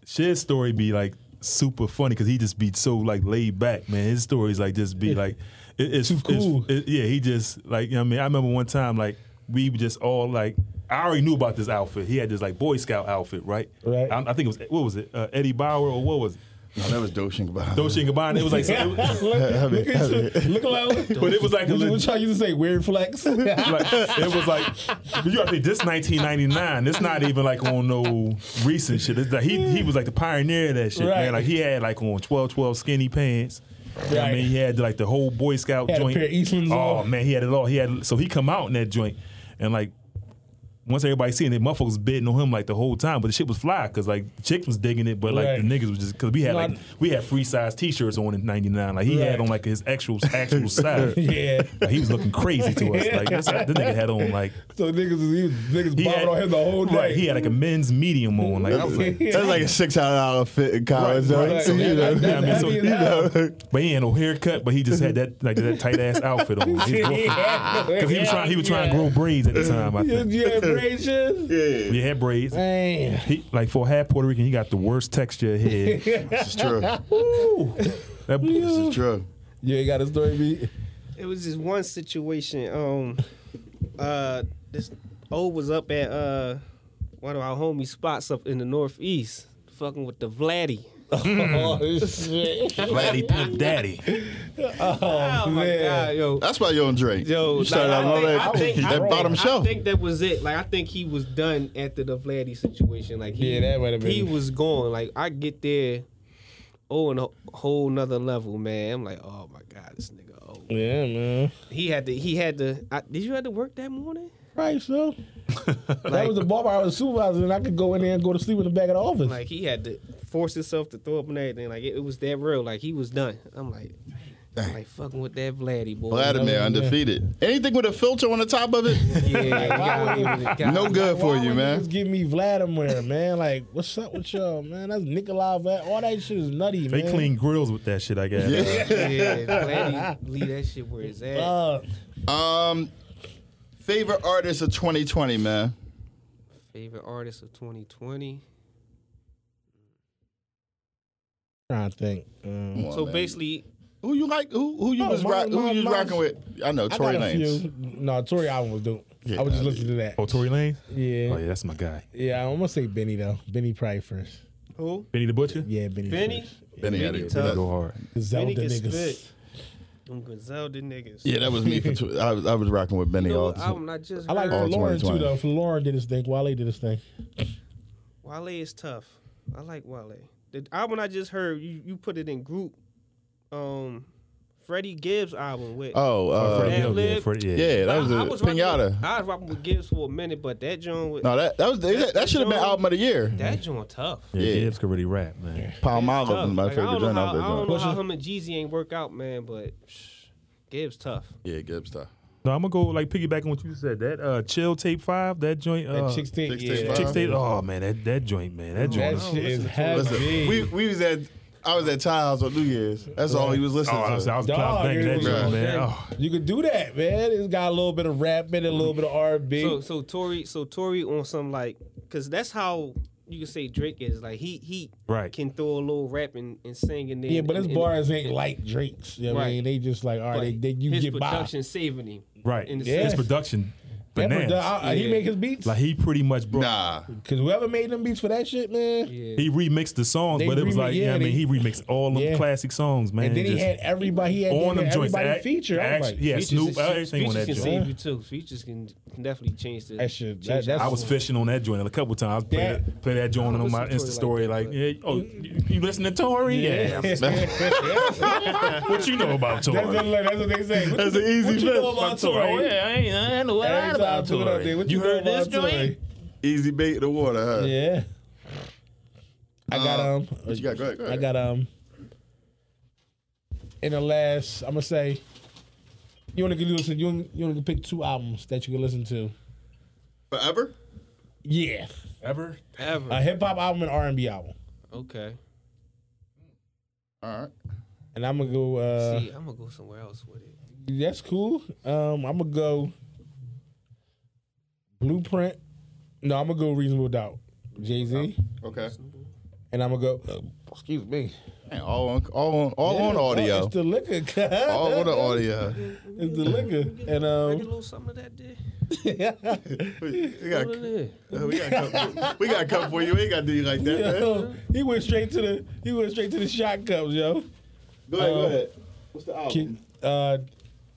S4: Shiz's story be like super funny because he just be so like laid back, man. His stories like just be like it, it's
S3: Too cool.
S4: it's- it- yeah, he just like you know what I mean. I remember one time like we just all like I already knew about this outfit. He had this like Boy Scout outfit, right?
S3: Right.
S4: I, I think it was what was it? Uh, Eddie Bauer or what was it?
S2: No, that was Doshing about
S4: Dolce and Gabbana. It *laughs* was like so- it
S3: look,
S4: was-
S3: look at you, look like.
S4: but *laughs* it was like a
S3: What you,
S4: legit-
S3: what y'all used to say? Weird
S4: *laughs*
S3: flex.
S4: like, it was like you gotta think this 1999. It's not even like on no recent shit. It's like he he was like the pioneer of that shit,
S3: Right.
S4: man. Like he had like on 12 12 skinny pants. You know what I
S3: Right.
S4: mean, he had like the whole Boy Scout
S3: Had a
S4: joint.
S3: pair of Eastmans
S4: oh
S3: on.
S4: man, he had it all. He had so he come out in that joint, and like once everybody seen it, motherfuckers was bidding on him like the whole time. But the shit was fly because like the chicks was digging it, but like
S3: Right.
S4: the niggas was just because we had
S3: No,
S4: like
S3: I-
S4: we had free size T-shirts on in '99. Like he had
S3: Right.
S4: on like his actual
S3: *laughs*
S4: actual size.
S3: yeah.
S4: Like, he was looking crazy to us. Like this, this nigga had on like
S3: So niggas, was- he was, niggas
S4: he
S3: bobbing
S4: had,
S3: on him the whole day.
S4: Right, he
S3: *laughs*
S4: had like a men's medium on. Like I was like,
S2: That's like a six hundred dollar fit in college.
S4: Right,
S2: though.
S4: right.
S2: So, you know, *laughs*
S3: That- that-
S4: I mean, so-
S3: that means hell.
S4: but he ain't no haircut, but he just had that like that tight ass outfit on. His girlfriend- *laughs* Cause he was trying, he was trying to
S3: *laughs*
S4: grow braids at the time. I think *laughs*
S3: Yeah, braces.
S2: yeah,
S4: he had braids.
S3: Damn.
S4: He, like for a half Puerto Rican, he got the worst texture of head.
S2: this is true.
S3: *laughs*
S4: That boy-
S2: This is true.
S3: You ain't got a story, me?
S7: It was just one situation. Um, uh, this O was up at uh one of our homie spots up in the northeast, fucking with the Vladdy.
S4: Mm.
S3: *laughs* Oh shit.
S4: Vladdy Pimp Daddy.
S7: Oh, my god, yo.
S2: That's why you don't drink.
S7: Yo,
S2: you started out
S7: like,
S2: on
S7: I
S2: that,
S7: think- I think-
S2: that
S7: I
S2: bottom
S7: think-
S2: shelf.
S7: I think that was it. Like I think he was done after the Vladdy situation. Like he,
S3: Yeah, that might've been-
S7: He was gone. Like I get there, oh, on a whole nother level, man. I'm like, oh my god, this nigga. Oh,
S3: Yeah, man.
S7: he had to. He had to. I, did you have to work that morning?
S3: Right,
S4: *laughs*
S3: so that was the barber I was supervising, and I could go in there and go to sleep in the back of the office.
S7: Like he had to force himself to throw up and everything. Like it, it was that real. Like he was done. I'm like, I'm like fucking with that Vladdy boy.
S2: Vladimir undefeated. Anything with a filter on the top of
S7: *laughs*
S2: it, *laughs*
S7: Yeah, God, he was- God,
S2: no good for
S3: Why
S2: you,
S3: would
S2: man.
S3: niggas give me Vladimir, man. Like, what's up with y'all, man? That's Nikolai. Vlad. All that shit is nutty,
S4: They
S3: man.
S4: clean grills with that shit. I guess.
S7: Yeah, Vladdy leave that shit where it's at.
S3: Uh,
S2: Um, favorite artist of 2020, man.
S7: Favorite artist of 2020.
S3: trying to think. Um,
S2: Come on,
S7: so
S2: man.
S7: basically, Oh,
S2: who you like? Who who you
S3: No,
S2: was
S3: my-
S2: rock, who
S3: my-
S2: you was
S3: my-
S2: rocking with? I know
S3: I
S2: Tory
S3: got a
S2: Lanez.
S3: few. No, Tory album was dope.
S2: Yeah,
S3: I was just
S2: I
S3: listening to that.
S4: Oh, Tory Lane.
S3: Yeah,
S4: Oh yeah, that's my guy.
S3: yeah. I'm gonna say Benny though. Benny probably first.
S7: who?
S4: Benny the Butcher.
S3: Yeah, Benny.
S7: Benny.
S3: First.
S2: Benny out of here.
S7: tough.
S2: That's-
S4: Go hard.
S3: Zelda
S7: Benny can
S3: niggas.
S7: spit. Them Griselda niggas.
S2: Yeah, that was
S7: *laughs*
S2: me. For tw- I, was- I was rocking with Benny
S7: You know
S2: all
S7: what
S2: the time.
S7: album I just
S3: I like
S2: Oh,
S7: heard?
S3: Lauren too
S2: 2020.
S3: though. Lauren did his thing. Wale did his thing.
S7: Wale is tough. I like Wale. The album I just heard, you, you put it in group um Freddie Gibbs album with.
S2: Oh,
S4: Oh,
S2: uh,
S4: Freddie
S7: That
S4: Gibbs, yeah,
S7: lip.
S4: Freddie- yeah.
S2: yeah, that
S7: I-
S2: was a
S7: I, was rocking
S2: pinata.
S7: With, I was rocking with Gibbs for a minute, but that joint with
S2: no, that that was that,
S7: that
S2: should have been
S7: joint-
S2: album of the year.
S7: that joint tough.
S4: Yeah,
S2: Yeah.
S4: Gibbs could really rap, man.
S2: Palmolive
S7: tough.
S2: was my
S7: Like, I
S2: favorite
S7: don't know
S2: joint
S7: how,
S2: off
S7: I
S2: that
S7: don't know
S2: joint.
S7: how him and Jeezy ain't work out, man, but shh, Gibbs tough.
S2: Yeah, Gibbs stuff.
S4: No, I'm gonna go like piggybacking what you said. That uh, chill tape five, that joint. Uh,
S3: That chick stick,
S2: Chick
S3: yeah.
S2: Stick
S3: that-
S2: Five.
S4: Chick State. Oh man, that that joint, man, that joint.
S3: That
S4: is-
S3: shit is
S2: Listen, we
S3: heavy.
S2: we was at I was at Ty's on New Year's. That's all he was
S4: oh,
S2: listening
S4: I was,
S2: to.
S4: I was
S3: Dog,
S4: clout banging
S3: it
S4: that
S3: was-
S4: joint, man.
S3: okay.
S4: Oh,
S3: You could do that, man. It's got a little bit of rap in it, a little bit of R&B.
S7: So so Tory so Tory on some like because that's how you can say Drake is like he he
S4: Right.
S7: can throw a little rap and, and sing and then
S3: yeah, but his
S7: and,
S3: bars ain't like Drake's. You know what I
S7: Right.
S3: mean? They just like, all right,
S7: like,
S3: they, you
S7: his
S3: get by.
S7: production saving him
S4: right.
S7: in the
S3: Yeah.
S4: His
S7: sense.
S4: production,
S3: That
S4: bananas.
S3: produ- I- I- He
S7: Yeah.
S3: make his beats.
S4: like he pretty much broke.
S2: Nah,
S3: Cause whoever made them beats for that shit, man.
S7: Yeah.
S4: He remixed the songs,
S3: They
S4: but it was
S3: remi-
S4: like, yeah,
S3: yeah,
S4: I mean,
S3: they-
S4: he remixed all them
S3: Yeah.
S4: classic songs, man.
S3: And then he
S4: just
S3: had everybody. He had
S4: on
S3: on
S4: them joints.
S3: everybody
S4: act-
S3: featured. I'm
S4: act-
S3: like,
S4: yeah,
S7: Features
S4: Snoop,
S7: is-
S4: everything on
S7: features
S4: that
S7: can
S4: joint.
S7: save you too. Features can, can definitely change the
S3: That shit-
S7: change
S3: that-
S7: the
S3: that's-
S4: I was fishing on that joint a couple times. I play
S3: That-
S4: that, play that joint
S7: I
S4: on
S7: listen
S4: my
S7: to Tory
S4: Insta
S7: like
S4: story.
S7: that,
S4: Like,
S7: but-
S4: yeah, oh, you, you listen to Tory? *laughs*
S3: *laughs*
S4: Yeah.
S3: that's,
S4: What you
S3: *laughs*
S4: know about Tory?
S3: what, that's what they say. What
S4: That's
S3: you-
S4: an easy
S3: what you know
S4: fifth.
S3: about
S4: About Tory.
S3: Tory?
S4: Oh, yeah, I ain't, I ain't know a
S3: Every
S4: lot
S3: time I
S4: about
S3: put it out there,
S4: Tory.
S3: what
S4: You
S3: know
S4: heard this
S3: about Tory?
S4: joint?
S2: easy bait in the water. Huh?
S3: Yeah. I got
S2: Uh,
S3: um.
S2: What you got? Go ahead. Go
S3: I
S2: ahead.
S3: got um. In the last, I'm gonna say, you only can do this. You only, you only can pick two albums that you can listen to.
S2: forever.
S3: Yeah,
S4: Ever?
S7: ever
S3: a hip hop album and R and B album.
S7: okay.
S2: All right.
S3: And I'm gonna go. Uh,
S7: See, I'm gonna go somewhere else with it.
S3: that's cool. Um, I'm gonna go. Blueprint. No, I'm gonna go Reasonable Doubt. Jay Z.
S2: Okay.
S3: And I'm gonna go. excuse me.
S2: Man, all on all on all on
S3: It's
S2: audio.
S3: the liquor. *laughs* cuz.
S2: All on the audio.
S3: It's the liquor. um, And um.
S7: Bring a little something of that day.
S3: *laughs*
S2: We we
S7: Put
S2: got
S7: it in.
S2: we got come, we got come for you. We ain't got to do you like that. Man.
S3: Yo, *laughs* he went straight to the he went straight to the shot cups, yo.
S2: Go ahead. Go
S3: Um,
S2: ahead. What's the album?
S3: Kid,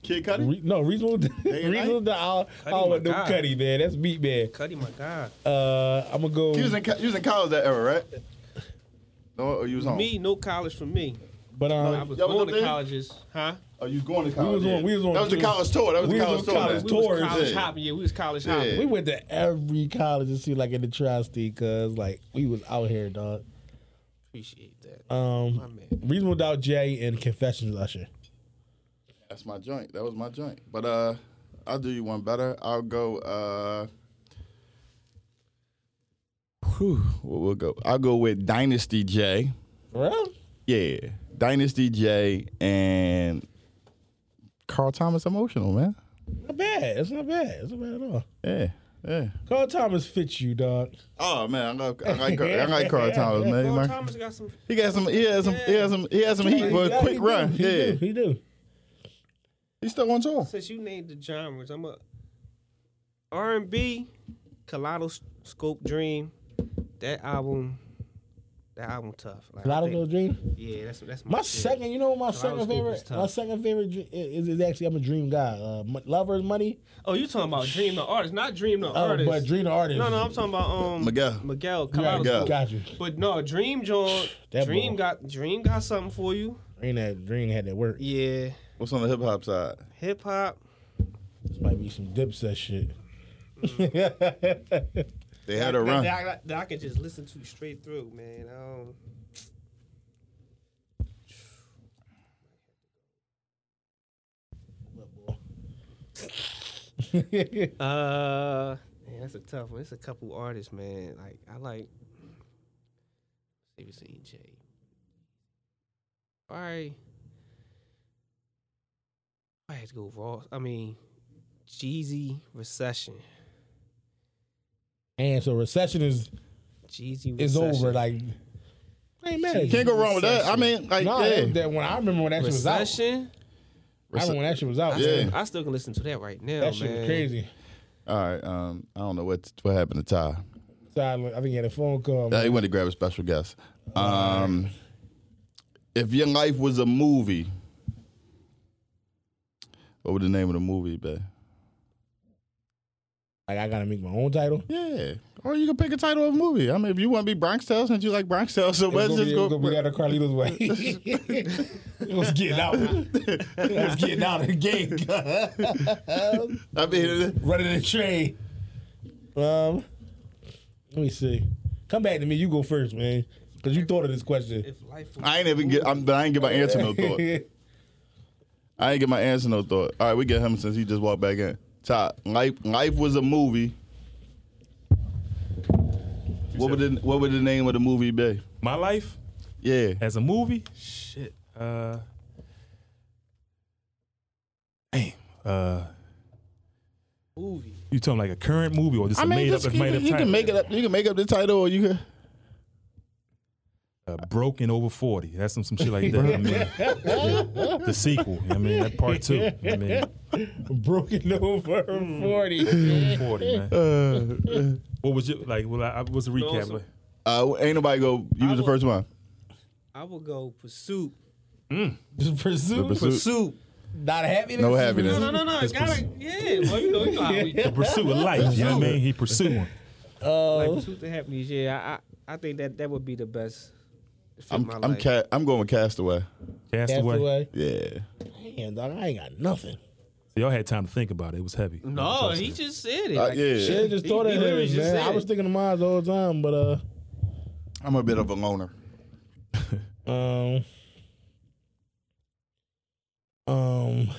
S2: Kid,
S3: uh,
S2: Cudi.
S3: re, no reasonable,
S2: and
S3: *laughs* reasonable
S2: Night?
S3: to all,
S7: my
S3: all with no
S7: God.
S3: Cuddy man. That's beat man.
S7: Cuddy, my God.
S3: Uh, I'm gonna go,
S2: You was in co- you was in college that era, right? No, or you was home.
S7: Me, no college for me.
S3: but
S7: I
S3: um,
S7: was
S2: Y'all was
S7: going
S2: up
S7: to
S2: there?
S7: colleges, huh?
S2: Oh, you was going to college?
S3: was on-
S2: yeah.
S3: we was on
S2: That was the
S3: two-
S2: college tour. That was
S3: we
S2: the college
S3: was on
S2: tour.
S3: college
S2: man.
S7: We
S3: Tours,
S7: was college
S2: yeah.
S7: hopping. Yeah, we was college
S2: Yeah.
S7: hopping.
S3: we went to every college to see like in the tri-state, cause like we was out here, dog.
S7: Appreciate that. My
S3: Um,
S7: man.
S3: reasonable doubt, Jay and Confessions Usher.
S2: That's my joint. That was my joint. But uh, I'll do you one better. I'll go. uh whew, what we'll go. I'll go with Dynasty J.
S3: Well,
S2: Yeah, Dynasty J and Carl Thomas Emotional man.
S3: not bad. It's not bad. It's not bad at all.
S2: Yeah, yeah.
S3: Carl Thomas fits you, dog.
S2: Oh man, I love I like Carl, I
S3: *laughs*
S2: like Carl Thomas man. He
S7: Earl
S2: my-
S7: Thomas got some.
S2: He got some. He has some. He has some. He has some heat for a
S3: Yeah,
S2: quick
S3: do.
S2: run.
S3: He
S2: Yeah,
S3: do. he do.
S2: he's still on tour.
S7: Since you named the genres, I'm a R and B, Kaleidoscope Dream. That album, that album tough. Like, I
S3: Lotto
S7: think-
S3: Dream.
S7: Yeah, that's that's my,
S3: My
S7: shit.
S3: second, you know, what my second
S7: Kaleidoscope
S3: favorite,
S7: is tough.
S3: my second favorite dr- is, is actually I'm a dream guy. Uh, Mo- Lovers, money,
S7: Oh, you talking about Dream the artist, not Dream the
S3: uh,
S7: artist.
S3: but dream artist.
S7: no, no, I'm talking about um
S2: Miguel.
S7: Miguel
S3: yeah,
S7: Kaleidoscope.
S3: got you.
S7: But no, Dream John.
S3: *sighs* That
S7: Dream
S3: boy.
S7: got Dream got something for you.
S3: Dream that dream had that work.
S7: Yeah,
S2: What's on the hip hop side?
S7: hip hop.
S3: This might be some dipset shit.
S7: Mm.
S2: They had a
S7: That-
S2: run.
S7: That, that- that I can just listen to straight through, man. I don't. Uh, man, that's a tough one. It's a couple artists, man. Like I like. Have you seen Jay? I. I had to go Ross. I mean, Jeezy recession.
S3: *laughs* and so recession is
S7: Jeezy recession.
S3: is over. Like I ain't mad at
S2: Can't
S3: you.
S2: go wrong with that. I mean, like,
S3: No,
S2: yeah.
S3: that, that when I remember when that shit was out.
S7: recession.
S3: I remember when that shit was out.
S7: I,
S2: Yeah.
S7: still, I still can listen to that right now,
S3: that shit
S7: man.
S3: was crazy.
S2: All right. Um, I don't know what what happened to Ty.
S3: So I, I think he had a phone call.
S2: Uh, he went to grab a special guest. Um, if your life was a movie, what would the name of the movie be?
S3: Like I gotta make my own title.
S2: Yeah. Or you can pick a title of a movie. I mean, if you want to be Bronx Tales since you like Bronx Tales so much,
S3: It's gonna
S2: just
S3: be, it's
S2: go.
S3: gonna be out of Carlito's way.
S7: *laughs*
S3: Let's get out. Let's get out of the gate.
S2: I mean,
S3: Running the train. Um, let me see. Come back to me. You go first, man, because you thought of this question.
S7: If life was
S2: I ain't even get. I'm, but I ain't get my answer no thought. I ain't get my answer no thought. All right, we get him since he just walked back in. Top life. Life was a movie. What would the, what would the name of the movie be?
S4: My life
S2: Yeah,
S4: as a movie? Shit. Uh Damn. Uh
S7: a movie,
S4: you talking like a current movie or just a made
S2: just-
S4: up
S2: you,
S4: made
S2: can-
S4: up
S2: you
S4: title?
S2: can make it up. You can make up the title, or you can.
S4: uh, broken over 40. That's some, some shit *laughs* like that. I mean, the sequel. I mean, that part two. I mean,
S3: *laughs* Broken over forty.
S4: over 40, man.
S3: Uh,
S4: what was your, like, well, I, what's the recap?
S7: Awesome.
S4: Like,
S2: Uh, ain't nobody go. You was the
S7: will-
S2: first one.
S7: I would go pursuit.
S3: Just
S2: The
S3: pursue.
S2: pursuit.
S7: Pursuit.
S3: Not happiness.
S2: No happiness.
S7: No, no, no. It's gotta, yeah. Well, you know, you know how *laughs* we
S4: the pursuit of life. You know what I mean? He pursuing.
S3: Uh,
S7: like pursuit to happiness. Yeah, I, I, I think that that would be the best. to fit
S2: I'm
S7: my
S2: I'm
S7: life.
S2: ca- I'm going with Castaway.
S4: Castaway.
S3: Castaway.
S2: Yeah.
S3: Damn, dog, I ain't got nothing.
S4: So y'all had time to think about it. It was heavy.
S7: No, he just said it.
S2: Uh,
S7: like,
S2: yeah.
S3: Shit, just
S7: He-
S3: thought
S7: he
S3: of
S7: literally
S3: it,
S7: just
S3: man.
S7: said
S3: I was
S7: it.
S3: thinking of mine the whole time, but uh.
S2: I'm a bit of a loner.
S3: Um, um,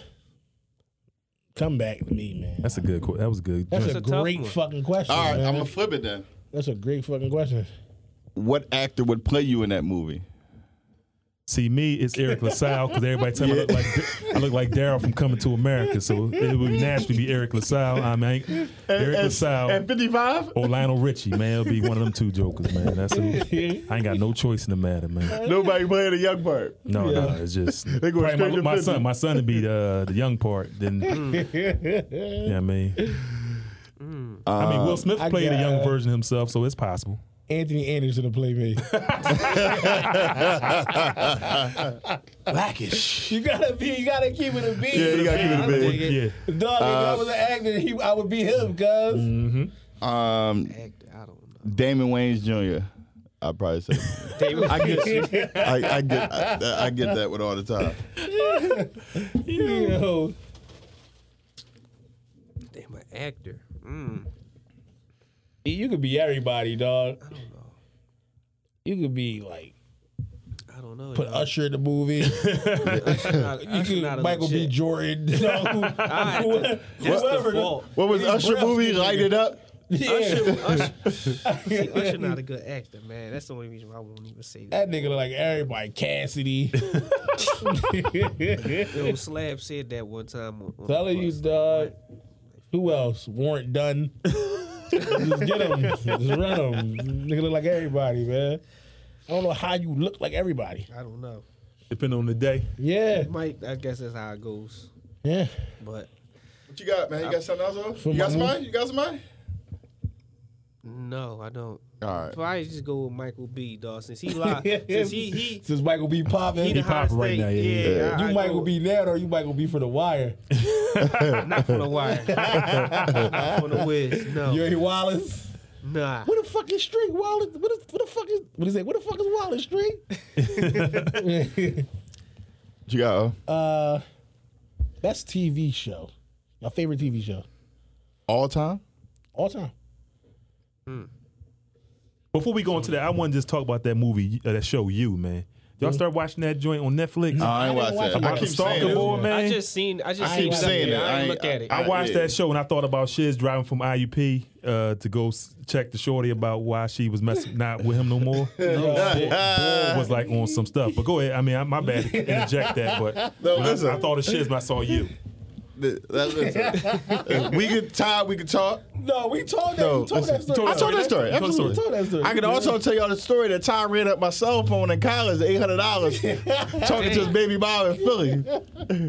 S3: come back to me, man.
S4: That's a good, qu- that was good.
S3: That's
S4: joint.
S3: a
S7: a tough
S3: great
S7: one.
S3: fucking question.
S2: All right,
S3: man.
S2: I'm gonna flip it then.
S3: That's a great fucking question.
S2: What actor would play you in that movie?
S4: *laughs* See me, it's Eric LaSalle because everybody tell me I look like I look like Daryl from Coming to America, so it would naturally be Eric LaSalle. I mean, Eric LaSalle
S2: 55?
S4: or Lionel Richie, man, it'll be one of them two jokers, man. That's who. I ain't got no choice in the matter, man.
S2: Nobody playing the young part.
S4: No, no, it's just
S2: They going
S4: probably
S2: straight to
S4: my, my
S2: 50.
S4: son. My son would be uh, the, the young part. Then, yeah, I mean,
S7: Mm.
S4: I mean, Will Smith
S3: I
S4: played a young
S3: got-
S4: version himself, so it's possible.
S3: Anthony Anderson to play me.
S4: Blackish,
S3: you gotta be. You gotta keep it a beat.
S2: Yeah, you gotta keep it a big.
S4: yeah.
S3: Dog, if I was an actor, he, I would be him, because
S2: Um,
S7: act- I don't know.
S2: Damon Wayans Jr. I probably say.
S7: David,
S2: I get, I, I get, I, I get that one all the time.
S3: Yo,
S7: damn, an actor. Mm.
S3: you could be everybody, dog. You could be like
S7: I don't know.
S3: put
S7: y'all.
S3: Usher in the movie.
S7: Usher not- *laughs*
S3: You
S7: Usher not
S3: could
S7: a
S3: Michael B. *laughs*
S7: legit-
S3: Jordan. No,
S7: I-
S3: whoever.
S7: That's the fault.
S2: What was
S3: He
S2: Usher
S3: breathed
S2: movie?
S3: it.
S2: Light it up.
S3: Yeah.
S7: Usher, Usher, see, Usher not a good actor, man. That's the only reason why I won't even say
S3: That
S7: that.
S3: nigga look like everybody. Cassidy. *laughs*
S7: Yo, Slab said that one time. On, on
S3: Telling you, dog. Who else? Warrant Dunn. Just get him. Just run him. Nigga look like everybody, man. I don't know how you look like everybody.
S7: I don't know.
S4: Depending on the day,
S3: Yeah.
S7: Mike, I guess that's how it goes.
S3: Yeah.
S7: But
S2: What you got, man? You got something else? on?
S3: my movie.
S2: You got somebody?
S7: no, I don't.
S2: All right.
S7: Probably just go with Michael B. Dog, since he lied, since he he
S3: *laughs* Since Michael B. popping.
S7: he the
S3: You
S4: popping
S7: hottest
S4: right
S7: thing.
S4: now, yeah,
S7: yeah,
S4: yeah.
S7: I- I
S3: Michael
S7: go-
S3: B. now or you Michael B. for the
S7: *laughs*
S3: wire.
S7: not for the wire, not for the whiz. No,
S3: Yuri Wallace.
S7: nah.
S3: What the fuck is Street Wallace? What the, what the fuck is what is it? What the fuck is Wallace Street?
S2: What you got? oh?
S3: uh, best TV show. Your favorite TV show
S2: All time?
S3: all time.
S4: Before we go into that, I want to just talk about that movie, uh, that show, you man. Y'all
S3: Mm.
S4: start watching that joint on
S2: I
S4: Netflix.
S2: ain't
S3: I didn't
S2: watched that.
S3: watch it.
S2: I
S3: I
S2: keep
S3: keep
S2: saying
S4: Stalker
S2: it.
S4: Boy, man.
S7: I just seen. I just
S3: I
S7: seen.
S3: keep
S7: something.
S2: saying it.
S7: I,
S2: I
S7: ain't
S2: ain't-
S7: look at it.
S4: I
S2: I-
S4: watched
S2: yeah.
S4: that show and I thought about Shiz driving from IUP uh, to go s- check the shorty about why she was
S3: *laughs*
S4: messing not with him no more.
S3: Oh,
S4: Boy- boy was like on some stuff. But go ahead. I mean, I, my bad
S3: *laughs*
S4: to interject that, but
S2: No,
S4: when I-
S2: listen.
S4: I, thought of Shiz when I saw you.
S2: Th- that- listen. we can talk. We can talk.
S3: No, we told that.
S2: No,
S3: we told
S2: listen,
S3: that story.
S2: I told that story.
S4: You told that
S2: Absolutely.
S3: story. You told that story.
S2: I can also tell y'all the story that Ty ran up my cell phone in college, eight hundred dollars, talking to his baby mom in Philly.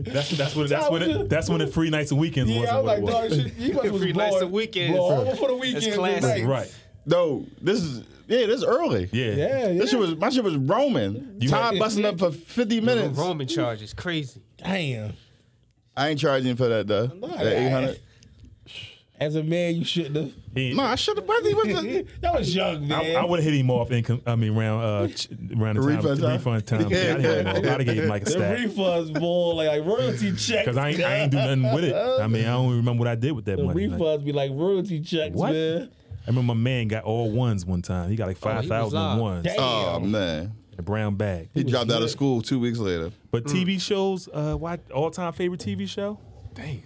S4: That's that's what that's what it, that's when the free nights and weekends was.
S3: Yeah, I
S4: and
S3: was
S4: what it
S3: like, dog,
S4: was.
S3: shit, you must was
S7: *laughs* Free nights
S3: blowing-
S7: and weekends.
S3: blowing over for the weekends. and
S7: classic.
S3: nights.
S4: right?
S2: No, this is yeah, this is early.
S4: Yeah.
S3: Yeah, yeah.
S2: This shit was my shit was Roman.
S4: You
S2: Ty
S4: had-
S2: busting up for fifty
S7: The
S2: minutes.
S7: Roman charges crazy.
S3: Damn.
S2: I ain't charging for that though.
S3: Nah,
S2: that eight hundred.
S3: As a man, you shouldn't have.
S4: He,
S2: No, I should have. I think it was
S3: *laughs*
S2: a-
S3: that was young,
S4: I,
S3: man.
S4: I would have hit him off in, com- I mean, round uh, ch- round the time,
S2: Refund
S4: refund
S2: time?
S4: time. Yeah, I didn't hit him off. I'd have gave him like a
S3: the
S4: stack
S3: refunds, boy, like, like royalty checks.
S4: because I ain't, I ain't do nothing with it. I mean, I don't even remember what I did with that
S3: the
S4: money. Like,
S3: refunds be like royalty checks,
S4: What?
S3: man.
S4: I remember my man got all ones one time. He got like
S7: was
S4: five thousand
S7: live.
S4: ones,
S3: Damn.
S2: Oh man,
S4: a brown bag.
S2: he dropped out of school two weeks later.
S4: But TV shows, uh, what all time favorite TV show? Damn.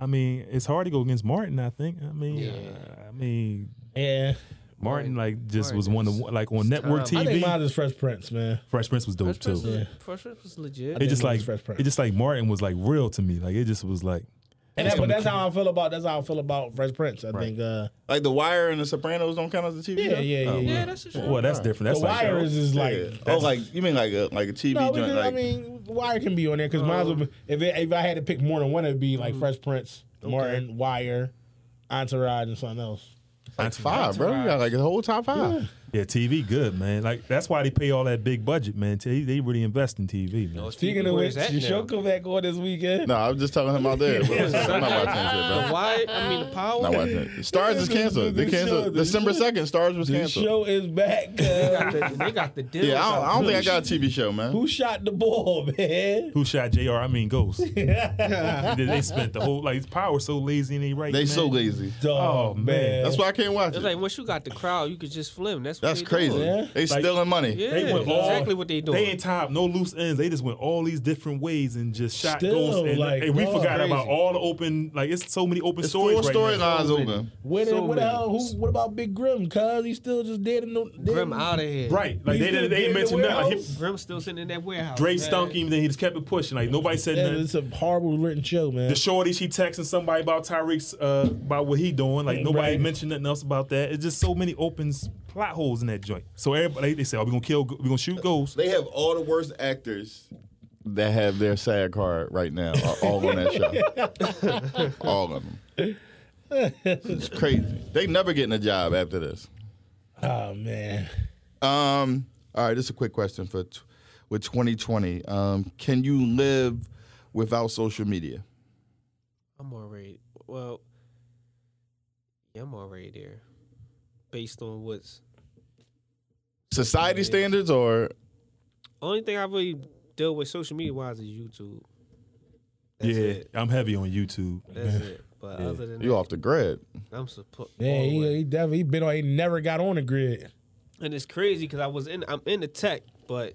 S4: I mean, it's hard to go against Martin. I think. I mean, uh, I mean,
S3: yeah.
S4: Martin like just
S7: Martin
S4: was one of
S7: is-
S4: the- like on network
S7: time.
S3: I think
S4: TV.
S3: mine is Fresh Prince, man.
S4: Fresh Prince was dope
S7: Fresh
S4: too.
S7: Prince was-
S3: Yeah.
S7: Fresh Prince was legit.
S4: It just
S3: mine
S4: like
S3: was Fresh Prince.
S4: it just like Martin was like real to me. Like it just was like
S3: And that, but that's how I feel about that's how I feel about Fresh Prince. I think uh
S2: Like The Wire and The Sopranos don't count as a TV
S3: yeah,
S2: show.
S3: yeah, yeah.
S2: Oh,
S3: yeah.
S7: yeah, that's a show.
S4: well, that's different.
S3: The
S4: That's like
S3: Wire is just like
S2: yeah. Oh, like you mean like a like a TV
S3: no,
S2: joint?
S3: because,
S2: Like, Uh-huh.
S3: I mean The Wire can be on there because mine would be, if it, if I had to pick more than one, it'd be like Fresh Prince, Martin, Wire, Entourage, and something else.
S2: like five, bro. You got like a whole top five.
S4: yeah, TV good man. Like that's why they pay all that big budget man. They, they really invest in TV man.
S3: Speaking of
S7: Where
S3: which,
S7: is that
S3: your
S7: now?
S3: show come back on this weekend.
S2: No, I'm just telling him out
S3: *laughs*
S2: there. bro. I'm not watching that shit,
S7: The
S2: bro.
S7: wire, I mean, the power.
S2: Not watching it. Stars
S3: *laughs*
S2: is canceled. They
S3: This show-
S2: canceled
S3: this
S2: December
S3: show-
S2: second. Stars was
S3: the
S2: canceled.
S3: show is back. *laughs*
S7: They
S3: uh,
S7: got the, they got the deal.
S2: Yeah, I don't, I don't think I got a TV show, man.
S3: who shot the ball, *laughs* man?
S4: Who shot Jr. I
S3: *laughs*
S4: mean Ghost. they, they spent the whole like his power so lazy and they right.
S2: They
S4: man.
S2: so lazy.
S3: Dog,
S4: Oh, man.
S2: That's why I can't watch
S7: It's
S2: it.
S7: like once you got the crowd, you could just flim. That's what
S2: That's
S7: they
S2: crazy.
S7: Doing.
S3: Yeah.
S2: They stealing money.
S7: Yeah,
S4: They went all-
S7: exactly what they doing.
S4: They ain't tied up no loose ends. They just went all these different ways and just shot
S3: Still,
S4: ghosts. And,
S3: like,
S4: and we
S3: dog,
S4: forgot
S3: crazy.
S4: about all the open. Like it's so many open
S2: It's
S4: stories.
S2: four uh,
S4: right now.
S2: storylines open.
S3: What,
S7: So
S3: what, the
S7: many.
S3: hell- who, what about Big Grim? Cause he's still just dead in the dead
S7: Grim
S3: in-
S7: out of here.
S4: Right, like
S3: He's
S4: they didn't. They
S3: in
S4: didn't
S3: the
S4: mention nothing. Like, *laughs*
S3: warehouse?
S4: he-
S7: Grim's still sitting in that warehouse.
S4: Drake
S7: man.
S4: stunk him, then he just kept it pushing. Like nobody said
S3: Yeah,
S4: nothing.
S3: it's a horrible written show, man.
S4: The shorty she texting somebody about Tyreek's uh, about what he doing. Like nobody
S3: Right.
S4: mentioned nothing else about that. It's just so many open s- plot holes in that joint. So everybody they say, "Are we gonna kill? We gonna shoot ghosts?"
S2: They have all the worst actors that have their sad card right now are all on that show.
S4: *laughs*
S2: all of them. It's crazy. They never getting a job after this.
S3: oh man,
S2: Um. All right. This is a quick question for t- with 2020. Um. Can you live without social media?
S7: I'm already well. Yeah, I'm already there. Based on what's
S2: Society standards or
S7: only thing I really deal with social media wise is YouTube. That's
S4: Yeah,
S7: it.
S4: I'm heavy on YouTube.
S7: That's it. But other than
S2: you
S7: that,
S2: off the grid?
S7: I'm supposed.
S3: yeah, he, he definitely he been on. He never got on the grid.
S7: and it's crazy because I was in. I'm in the tech, but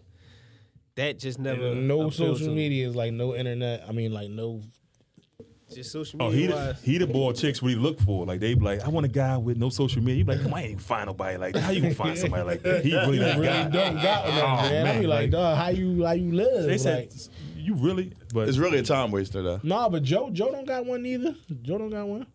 S7: that just never
S3: No
S7: appealed to
S3: social
S7: me.
S3: media is like no internet. I mean, like
S4: *laughs*
S3: no.
S7: Just social
S4: Oh, he
S7: media.
S4: the,
S7: wise.
S4: he the boy chicks really look for. Like they be like, I want a guy with no social media. You be like, come on, I ain't find nobody like that. How you
S3: *laughs*
S4: gonna find somebody like that? He really that
S3: Really
S4: guy.
S3: don't got on that,
S4: Oh,
S3: man. I
S4: man,
S3: be like,
S4: like-
S3: dog, how you how you live?
S4: They
S3: like,
S4: said you really, but
S2: It's really a time waster though.
S3: nah, but Joe Joe don't got one neither. Joe don't got one.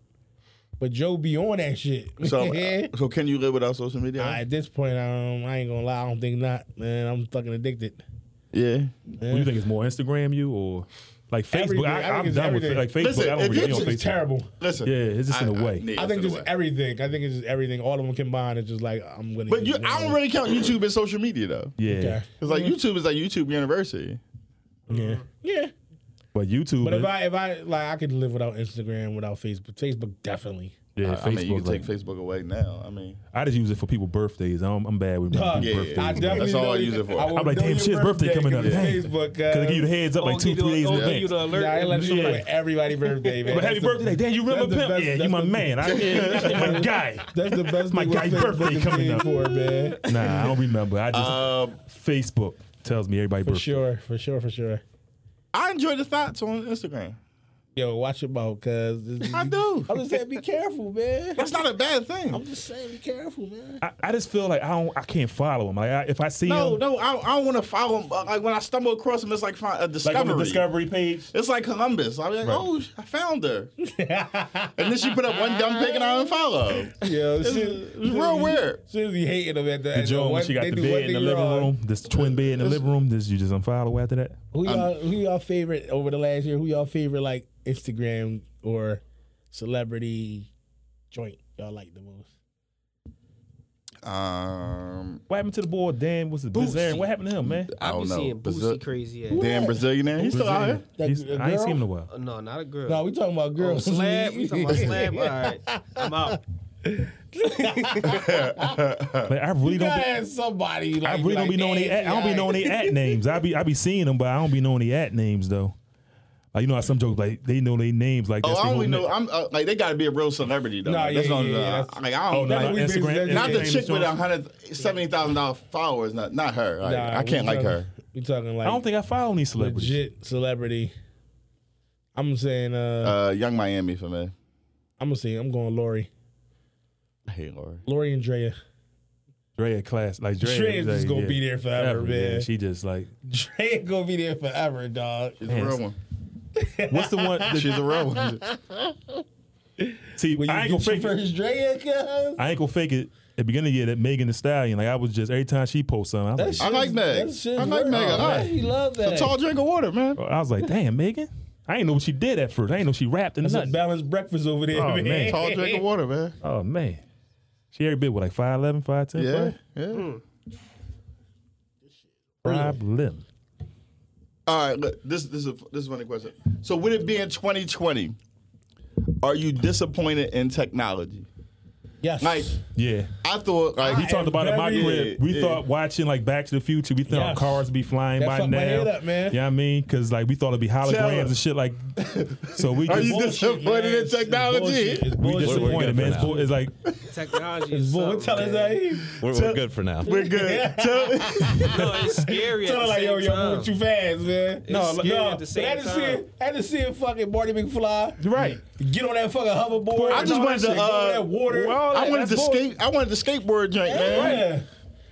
S3: But Joe be on that shit.
S2: So,
S3: *laughs* Yeah.
S7: uh,
S2: so can you live without social media?
S3: Nah, at this point, um, I ain't gonna lie. I don't think not, man. I'm fucking addicted.
S2: yeah.
S4: what do you think it's more Instagram you or like
S3: Everything.
S4: Facebook?
S3: I think
S4: I, I'm
S3: it's
S4: done with it.
S3: everything.
S4: Like Facebook,
S2: Listen,
S4: I
S2: if
S4: don't really
S2: you
S4: be on
S3: It's
S2: just
S4: Facebook.
S3: just terrible.
S2: Listen.
S4: Yeah, it's just in a way.
S2: yeah,
S3: I
S2: it's in
S3: think
S2: a
S3: just
S2: way.
S3: everything. I think it's just everything. All of them combined. It's just like I'm gonna.
S2: But
S3: use
S2: you,
S3: it.
S2: I don't really count YouTube as social media though.
S4: Yeah,
S3: Okay.
S2: Cause like Mm-hmm. YouTube is like YouTube University.
S3: Yeah. Yeah.
S4: but YouTube.
S3: But if
S4: is-
S3: I if I like I could live without Instagram, without Facebook. Facebook definitely.
S4: yeah,
S2: I mean, you can
S4: Facebook.
S2: take
S4: like,
S2: Facebook away now. I mean,
S4: I just use it for people birthdays. I'm, I'm bad with
S3: Dog,
S4: people's
S2: yeah,
S4: birthdays.
S2: yeah.
S3: I
S4: I
S3: definitely
S2: That's all
S3: know
S2: I
S3: you-
S2: use it for.
S3: I would
S4: I'm like,
S3: know
S4: damn,
S3: your
S4: shit's birthday coming up.
S3: because
S4: Dang.
S3: Facebook.
S4: Cause they
S3: uh,
S4: give you the heads up like
S7: Don't
S4: two,
S7: give you the-
S4: three days in
S7: don't give
S4: advance.
S7: you the alert.
S3: Nah, I let you
S4: Yeah.
S3: know everybody's birthday, man.
S4: But happy
S3: That's the-
S4: birthday, Dan! You remember
S3: that's the
S4: Pimp?
S3: best-
S4: yeah, you
S3: that's
S4: my
S3: the-
S4: man. I, yeah, you my guy.
S3: That's the best.
S4: My
S3: thing with
S4: guy's
S3: Facebook
S4: birthday
S3: is
S4: coming
S3: paid
S4: up.
S3: for,
S4: *laughs*
S3: man.
S4: Nah, I don't remember. I just
S2: um,
S4: Facebook tells me everybody
S3: For
S4: birthday.
S3: sure, for sure, for sure.
S2: I enjoy the thoughts on Instagram.
S3: Yo, watch your mouth, cause this-
S2: I do.
S3: I'm just saying, be careful, man.
S2: That's not a bad thing.
S3: I'm just saying, be careful, man.
S4: I, I just feel like I don't. I can't follow him. Like I, if I see
S2: No,
S4: him,
S2: no, I, I don't want to follow him. Uh, Like when I stumble across him, it's like find a
S4: like
S2: discovery.
S4: on the discovery page.
S2: It's like Columbus. I'm like, oh, sh- I found her. and then she put up one dumb pic and I unfollow.
S3: *laughs* Yo,
S2: It's, it's
S3: *laughs*
S2: real weird.
S3: Seriously, hating them at the,
S4: The
S3: at the
S4: joint
S3: one,
S4: when she got
S3: they
S4: the
S3: do uh, one
S4: bed in the
S3: thing
S4: living
S3: wrong.
S4: room, this twin bed in the living room. This you just unfollow after that.
S3: Who y'all, who y'all favorite over the last year? Who y'all favorite like Instagram or celebrity joint y'all like the most?
S2: Um,
S4: What happened to the boy Dan? What's it? Bizarre? What happened to him, man?
S2: I
S7: I
S2: don't
S7: be
S2: know.
S7: seeing
S2: Brazil-
S7: Boosie crazy ass.
S2: damn Brazilian man. He's still out here.
S3: That
S4: He's-
S3: girl?
S4: I ain't seen him in a while.
S7: Uh, No, not a girl.
S3: No, we talking about
S7: Oh,
S3: girls. *laughs*
S7: slab. We talking about slab. All right, I'm out.
S4: Like, I really don't.
S3: gotta
S4: Be,
S3: have somebody.
S4: I
S3: Like,
S4: really don't
S3: like,
S4: be knowing they. At, I don't be knowing
S3: *laughs*
S4: they at names. I be I be seeing them, but I don't be knowing they at names though. Like you know how some jokes like they know their names like
S2: Oh,
S4: that's
S2: I
S4: their
S2: don't even
S4: whole
S2: know. I'm uh, like they got to be a real celebrity though.
S3: Nah,
S2: Like, that's
S3: yeah,
S2: not,
S3: yeah,
S2: uh,
S3: yeah, that's- Oh,
S2: like I don't.
S4: name.
S3: That's
S4: Not
S3: what we
S4: Oh, Instagram-
S3: basically-
S4: Instagram
S2: not the
S3: Yeah.
S4: famous
S2: chick with
S4: joints.
S2: hundred seventy thousand dollars followers. Not not her. Like,
S3: Nah,
S2: I can't
S3: we
S2: like
S3: talking-
S2: her.
S3: We talking like
S4: I don't think I follow any celebrities.
S3: legit celebrity. I'm saying. Uh,
S2: Uh, Young Miami for me.
S3: I'm gonna say. I'm going Lori.
S2: I hate Laura.
S3: Lori and Drea.
S4: Drea class like Drea,
S3: Drea is
S4: like,
S3: just gonna be there forever, man.
S4: She just like
S3: *laughs* Drea gonna be there forever, dog.
S2: She's a real one.
S4: what's
S3: *laughs*
S4: the one? The,
S2: She's a real one.
S4: see,
S3: When you
S4: I ain't
S3: get your
S4: gonna fake it.
S3: first Drea, cuz.
S4: I ain't gonna fake it. At the beginning of the year, that Megan the Stallion, like I was just every time she posts something, I was like,
S2: I like Meg. I like Meg a lot.
S3: We love that.
S2: A tall drink of water, man.
S4: I was like, damn, Megan. I ain't know what she did at first. I ain't know she rapped and
S3: That's a
S4: nothing.
S3: balanced breakfast over there,
S4: Oh,
S3: man.
S4: man.
S2: Tall
S3: *laughs*
S2: drink of water, man.
S4: Oh man, she every bit with like 5'11", 5'10",
S2: Yeah,
S4: five-
S2: yeah.
S3: Hmm.
S4: problem.
S2: All right, look, this this is a, this is a funny question. So, with it being 2020, are you disappointed in technology?
S3: Yes.
S2: Like,
S4: Yeah,
S2: I thought, like,
S4: we talked about it in my
S3: very-
S4: crib. We
S2: yeah.
S4: thought watching like Back to the Future, we thought
S3: Yes.
S4: cars would be flying
S3: That
S4: by
S3: fucked my
S4: now.
S3: head up, man.
S4: You know what I mean? Because like we thought it'd be
S2: Tell
S4: holograms
S2: her.
S4: and shit like. So we
S2: Are
S4: just
S2: you disappointed in technology?
S3: It's
S4: we
S3: bullshit. It's bullshit.
S4: disappointed, man. It's, bull- it's like
S7: Technology.
S3: It's
S7: is
S3: bull-
S7: something,
S3: Tell us eh?
S7: man.
S3: that. he-
S8: We're, we're good for now.
S2: we're good. Tell-
S7: No, it's scary.
S3: Tell
S7: at
S3: her like,
S7: the same
S3: yo, yo, moving
S7: time.
S3: too fast, man.
S7: It's scary at
S3: but I
S7: the same
S3: just see,
S7: time.
S3: I just see fucking Marty McFly
S4: right.
S3: get on that fucking hoverboard.
S2: I
S3: and
S2: just
S3: all
S2: wanted
S3: that
S2: to.
S3: shit, go over
S2: Uh,
S3: that water.
S4: well,
S2: I wanted
S4: that's
S2: to
S4: bull-
S2: skate. I wanted to skateboard drink, man.
S3: yeah.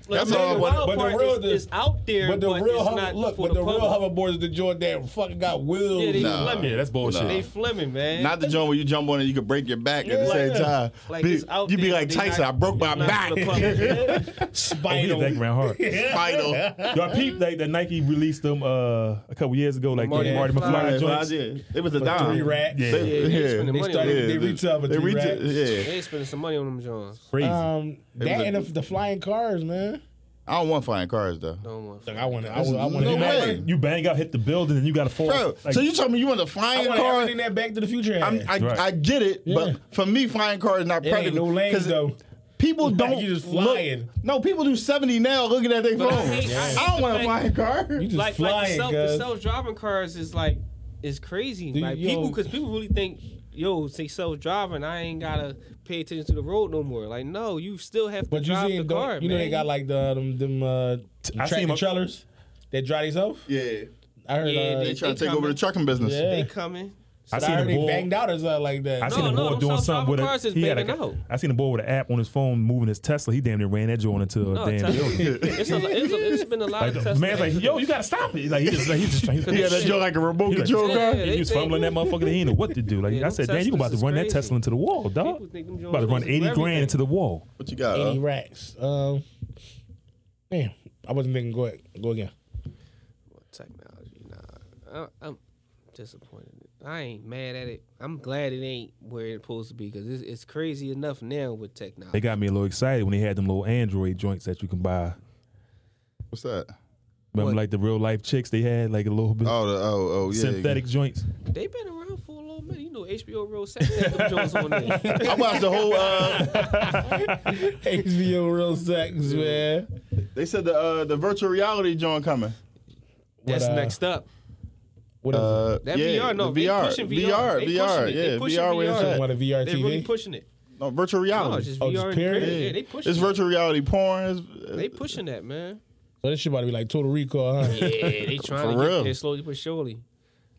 S7: Like,
S2: That's
S7: the
S2: all I
S7: wild
S2: wanted.
S3: But the
S7: part
S3: real-
S7: is,
S3: the-
S7: is out there,
S3: But the real
S7: it's
S3: hover,
S7: not
S3: look,
S7: for
S3: but the,
S7: the
S3: real
S7: public.
S3: hoverboards that Jordan that fucking got wheels.
S7: Yeah, they
S2: Nah.
S7: Fleming.
S4: Yeah, that's bullshit.
S7: They Fleming, man.
S2: Not the joint where you jump on and you can break your back at the
S3: Yeah.
S2: same time.
S7: Like,
S2: Be-
S7: it's out
S2: you be
S7: there,
S2: like
S7: they
S2: Tyson.
S7: not-
S2: I broke my
S7: not
S2: back.
S7: for the public.
S4: Oh, we
S3: Spinal.
S4: hit that ground hard.
S2: *laughs* Final.
S4: Y'all peep like that Nike released them uh, a couple years ago, like
S7: Marty
S4: the Marty
S7: McFly.
S4: McFly
S2: That's what I
S4: joints.
S2: did. It was a
S3: For three
S2: dime.
S3: racks.
S4: Yeah.
S2: They-
S7: Yeah, they spending
S3: They
S7: money
S3: started.
S7: on
S3: they
S2: yeah,
S3: reached out for
S2: they
S3: three
S2: reached-
S3: racks.
S2: Yeah.
S7: They spending some money on them Johns.
S4: Crazy.
S3: Um, that and the, the flying cars, man.
S2: I don't want flying cars though.
S7: Don't want
S3: Like I want to, I want
S2: no
S3: to.
S2: way.
S4: you bang out, hit the building, and you got to fall.
S2: Bro,
S4: Like,
S2: so you told me you want a flying
S3: I want
S2: car?
S3: everything that Back to the Future had.
S2: I'm, I,
S4: Right.
S2: I get it,
S3: Yeah.
S2: but for me, flying car is not
S3: it ain't no
S2: predator.
S3: lanes though.
S2: People don't.
S3: you just
S2: look-
S3: flying.
S2: no, people do 70 now looking at their phone.
S7: But I
S2: I,
S7: hate- I hate
S2: don't
S7: the
S2: want a
S7: fact-
S2: flying car.
S3: You just
S7: like like the
S3: flying,
S7: self
S3: cuz.
S7: the self driving cars is like is crazy.
S3: Dude,
S7: like
S3: yo.
S7: people because people really think yo say self driving I ain't gotta pay attention to the road no more. Like no, you still have to
S3: But you
S7: drive
S3: seen,
S7: the car.
S3: you know,
S7: man.
S3: they got like the them, them uh,
S4: I seen
S3: tractor
S4: my-
S3: trailers that drive themselves.
S2: yeah.
S3: I heard.
S7: Yeah,
S3: uh,
S2: They try to take
S7: coming.
S2: over the trucking business.
S3: Yeah.
S7: they coming.
S4: I
S3: I
S4: seen
S3: heard
S4: a
S3: they
S4: boy.
S3: banged out or something like that.
S4: I seen
S7: No,
S4: a
S7: no,
S4: boy
S7: them
S4: doing
S7: self-driving
S4: something with
S7: cars
S4: a.
S7: is
S4: He had like
S7: banging
S4: a
S7: out.
S4: I seen a boy with an app on his phone moving his Tesla. He damn near ran that joint into a
S7: No,
S4: damn
S7: Tesla- *laughs*
S4: building.
S7: it's, a, it's, a, it's been a lot
S4: Like,
S7: of
S4: the
S7: Tesla.
S4: man's like, yo, you gotta stop it. Like he just, like, he just,
S7: *laughs*
S2: *laughs*
S4: he,
S2: Yeah, that joke like a remote
S4: He like-
S2: control car.
S7: Yeah,
S4: he
S7: they
S4: was
S7: think-
S4: fumbling that motherfucker. He didn't know what to do. Like
S7: Yeah,
S4: I
S7: them
S4: said, damn, you
S7: Teslas
S4: about to
S7: is
S4: run that
S7: crazy.
S4: Tesla into the wall,
S7: People
S4: dog.
S7: think them
S4: About to
S7: Jones
S4: run
S7: is
S4: eighty grand
S7: everything.
S4: into the wall.
S2: What you got?
S3: Eighty
S2: uh?
S3: racks. Um, man, I wasn't thinking. Go ahead, go *laughs* again.
S7: technology. Nah, I, I'm disappointed. I ain't mad at it. I'm glad it ain't where it's supposed to be because it's, it's crazy enough now with technology.
S4: They got me a little excited when they had them little Android joints that you can buy.
S2: What's that?
S4: Remember,
S7: What?
S4: like the real life chicks, they had like a little bit
S2: Oh, the, oh, oh, yeah.
S4: synthetic joints.
S7: They been around for a little minute. You know, HBO Real Sex
S3: *laughs*
S7: had them Jones on there.
S2: I watched the whole. Uh,
S3: HBO real sex, man.
S2: they said the uh, the virtual reality joint coming.
S7: That's
S3: uh,
S7: next up.
S3: What is
S2: Uh,
S7: That
S2: yeah,
S7: VR, no,
S2: the
S7: they
S2: VR,
S7: pushing
S2: VR,
S7: VR. They
S2: VR,
S7: pushing it.
S2: yeah,
S7: They pushing
S2: VR. Where's
S7: VR.
S3: it?
S2: that?
S3: What a VR
S7: They
S3: TV?
S7: really pushing it.
S2: No, virtual
S7: No, it's
S2: reality.
S7: just
S3: Oh, just
S7: VR. and
S3: period?
S7: period. Yeah, they pushing.
S2: it's
S7: it.
S2: virtual reality porn. It's, uh,
S7: They pushing that man.
S3: so this shit about to be like Total Recall, huh?
S7: *laughs* Yeah, they trying
S2: For
S7: to
S2: real.
S7: get there slowly but surely.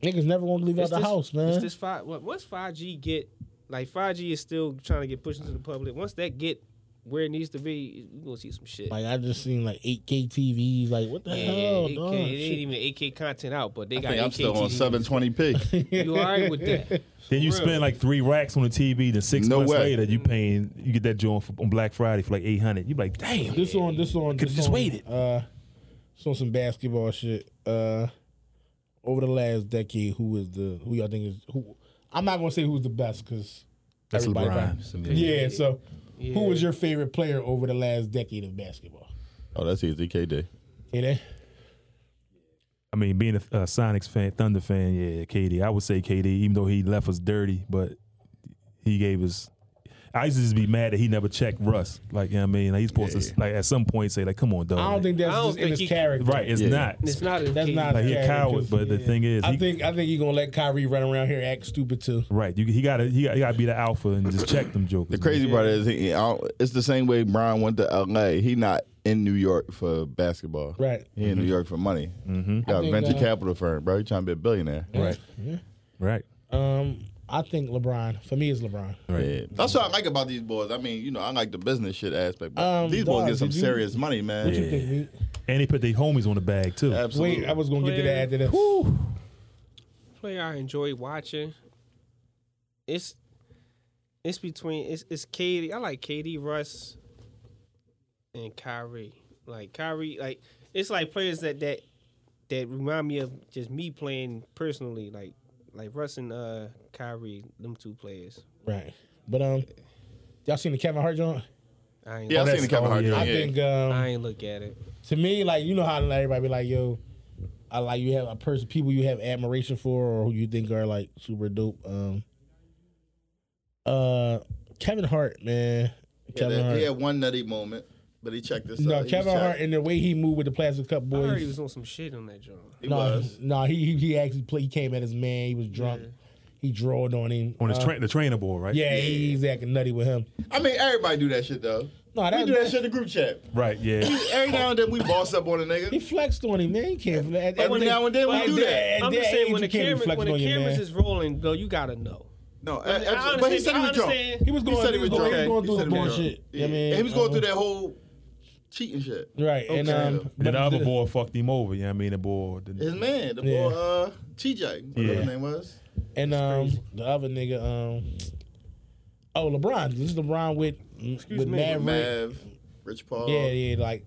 S3: Niggas never gonna leave out the
S7: this,
S3: house,
S7: It's
S3: man.
S7: this five. What, once five G get like five G is still trying to get pushed into the public. Once that get where it needs to be, you gonna see some shit.
S3: Like I just seen like 8K TVs. Like what the
S7: yeah,
S3: hell,
S7: yeah, 8K,
S3: dog?
S7: it
S3: Shit.
S7: ain't even eight K content out, but they
S2: I
S7: got.
S2: think I'm
S7: 8K
S2: still on
S7: TV. *laughs*
S2: 720p.
S7: You alright with
S3: *laughs*
S7: that?
S4: Then you
S7: For real.
S4: spend like three racks on the TV. Then six
S2: No
S4: months
S2: way.
S4: later, you paying. You get that joint for, on Black Friday for like eight hundred. You like, damn.
S3: This on this on
S4: Could've
S3: this
S4: just
S3: on,
S4: waited.
S3: Uh, this on some basketball shit. Uh, over the last decade, who is the who y'all think is who? I'm not gonna say who's the best because
S4: That's
S3: everybody.
S4: LeBron.
S3: Yeah, so
S7: Yeah.
S3: Who was your favorite player over the last decade of basketball?
S2: Oh, that's easy. KD.
S3: KD.
S4: I mean, being a uh, Sonics fan, Thunder fan, yeah, KD. I would say KD, even though he left us dirty, but he gave us. I used to just be mad that he never checked Russ. Like, you know what I mean? Like, he's supposed to, like, at some point say, like, come on, dog.
S3: I don't think that's
S7: I don't
S3: just in
S7: think
S3: his
S7: he-
S3: character.
S4: Right, it's
S2: Yeah.
S4: not.
S7: It's not.
S3: That's not
S4: like, he a
S3: character.
S4: coward, but the thing is,
S3: I
S4: he,
S3: think I think you're gonna let Kyrie run around here and act stupid too.
S4: right, you, he got to he gotta be the alpha and just check them jokers.
S2: The crazy part is, he, I don't- it's the same way Brian went to L.A. He not in New York for basketball.
S3: Right.
S2: He in New York for money. Mm-hmm. Got a
S3: think,
S2: venture
S3: uh,
S2: capital firm, bro. He trying to be a billionaire.
S4: Right, right.
S3: Um, I think LeBron. For me, it's LeBron.
S4: Right.
S2: Yeah. That's what I like about these boys. I mean, you know, I like the business shit aspect. But
S3: Um,
S2: these boys
S3: dog,
S2: get some
S3: did you-
S2: serious money, man.
S3: What you think? Meek?
S4: And he put their homies on the bag, too.
S2: Absolutely.
S3: Wait, I was gonna get to that after this.
S7: player I enjoy watching. It's it's between it's it's Katie. I like Katie Russ and Kyrie. Like Kyrie, like it's like players that that that remind me of just me playing personally. Like like Russ and uh Kyrie, them two players.
S3: Right. But um, y'all seen the Kevin Hart joint?
S7: I ain't
S2: yeah,
S7: look,
S2: I seen the
S4: that's-
S2: Kevin
S4: oh,
S2: Hart.
S4: yeah.
S2: joint,
S3: I
S2: yeah.
S3: think um,
S7: I ain't look at it.
S3: to me, like you know how like, everybody be like, yo, I like you have a person, people you have admiration for, or who you think are like super dope. Um, uh, Kevin Hart, man,
S2: Yeah,
S3: Kevin
S2: that-
S3: Hart.
S2: He had one nutty moment, but he checked this
S3: no,
S2: out. He
S3: Kevin
S2: checked.
S3: Hart and the way he moved with the plastic cup
S7: I heard he
S3: boys.
S7: was on some shit on that joint.
S2: He
S3: no,
S2: was.
S3: no, he he, he actually played, he came at his man. He was drunk. He drawed on him.
S4: on his
S3: Uh,
S4: tra- the trainer board, right?
S3: yeah, he's acting nutty with him.
S2: I mean, everybody do that shit though.
S3: No, that-
S2: we do that shit in the group chat.
S3: *coughs*
S4: Right, yeah.
S2: Every now and then we boss up on a nigga.
S3: He flexed on him, man. He can't. But
S2: every now and then we do that.
S7: I'm just saying when the
S3: can't be
S7: camera
S3: flexing
S7: when the
S3: on your
S7: cameras
S3: man.
S7: is rolling, though, you gotta know.
S2: No,
S7: I
S2: a- absolutely. but he said he was
S7: understand- I
S2: drunk.
S7: understand.
S3: He was going.
S2: he said he was drunk.
S3: He was going
S2: He
S3: through
S2: said
S3: his
S2: he was drunk.
S3: bullshit.
S2: Yeah.
S3: I mean,
S2: And he was going
S3: uh,
S2: through that whole cheating shit.
S3: Right, and
S2: Okay.
S3: um,
S2: And
S4: And then
S3: but
S4: the other
S3: the-
S4: boy fucked him over, you know what I mean? The boy. The,
S2: His man, the
S3: Yeah.
S2: boy uh, TJ, whatever
S4: Yeah.
S2: his name was.
S3: and um, the other nigga, um, oh LeBron, this is LeBron with with
S7: me.
S3: Maverick.
S2: Mav, Rich Paul.
S3: Yeah, yeah, like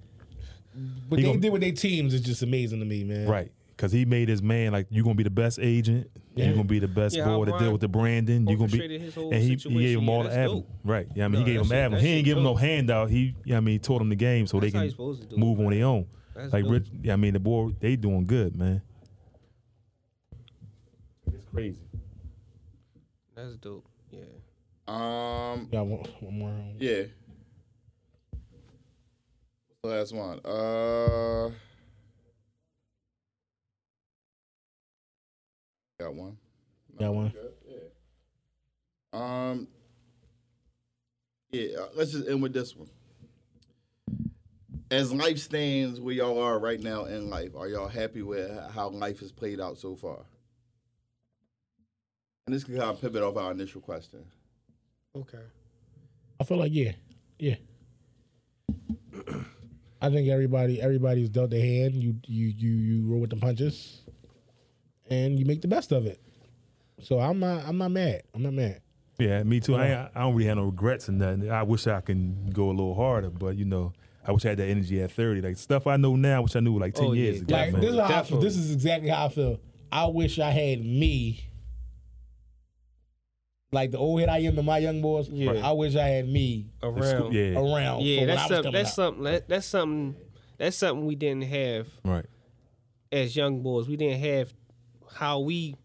S3: what
S4: He
S3: they
S4: gon-
S3: did with their teams is just amazing to me, man.
S4: Right. Cause he made his man like you gonna be the best agent,
S3: Yeah.
S4: you gonna be the best
S7: Yeah, how
S4: boy to deal
S7: Brian
S4: with the branding, you gonna be
S7: orchestrated his whole
S4: and he, he
S7: situation.
S4: gave him
S7: Yeah,
S4: all the
S7: that's
S4: avenue.
S7: dope.
S4: Right. Yeah, I mean
S7: No,
S4: he gave
S7: that
S4: him
S7: shit-
S4: avenue.
S7: that
S4: He ain't
S7: shit
S4: give him no
S7: dope.
S4: handout. He yeah, I mean he taught him the game so
S7: That's how
S4: they
S7: you
S4: can
S7: supposed to do it,
S4: move on
S7: man.
S4: their own.
S7: That's
S4: like
S7: dope.
S4: Rich yeah, I mean the boy they doing good, man. It's crazy.
S7: That's dope. Yeah.
S2: Um,
S3: Got one, one more. um,
S2: yeah. Last one. Uh, got one.
S3: Got one.
S2: Um. Yeah, uh, let's just end with this one. As life stands where y'all are right now in life, are y'all happy with h- how life has played out so far? And this can kind of pivot off our initial question.
S7: Okay.
S3: I feel like yeah, yeah. *clears throat* I think everybody everybody's dealt their hand. You you you you roll with the punches, and you make the best of it. So I'm not I'm not mad. I'm not mad.
S4: Yeah, me too. I ain't, I don't really have no regrets and nothing. I wish I can go a little harder, but you know, I wish I had that energy at thirty. Like stuff I know now, which I knew like ten
S7: Oh, yeah,
S4: years ago.
S3: Like
S4: man.
S3: this is how I feel.
S7: Definitely.
S3: this is exactly how I feel. I wish I had me. Like the old head I am to my young boys.
S7: Yeah.
S3: I wish I had me
S4: The school-
S7: Around.
S4: yeah,
S3: around. Oh, for
S7: Yeah,
S3: when I
S7: that's
S3: was
S7: something.
S3: coming
S7: That's
S3: up.
S7: something. That, that's something. That's something we didn't have
S4: right.
S7: as young boys. We didn't have how we.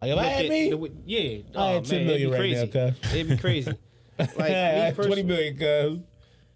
S3: Like if I
S7: looked
S3: had
S7: at
S3: me,
S7: the way- yeah. oh,
S3: I had 10 million right now,
S7: it'd be
S3: cuz.
S7: crazy. It'd
S3: *laughs*
S7: be crazy. Like
S3: I *laughs*
S7: me
S3: had twenty
S7: personally,
S3: million, cuz.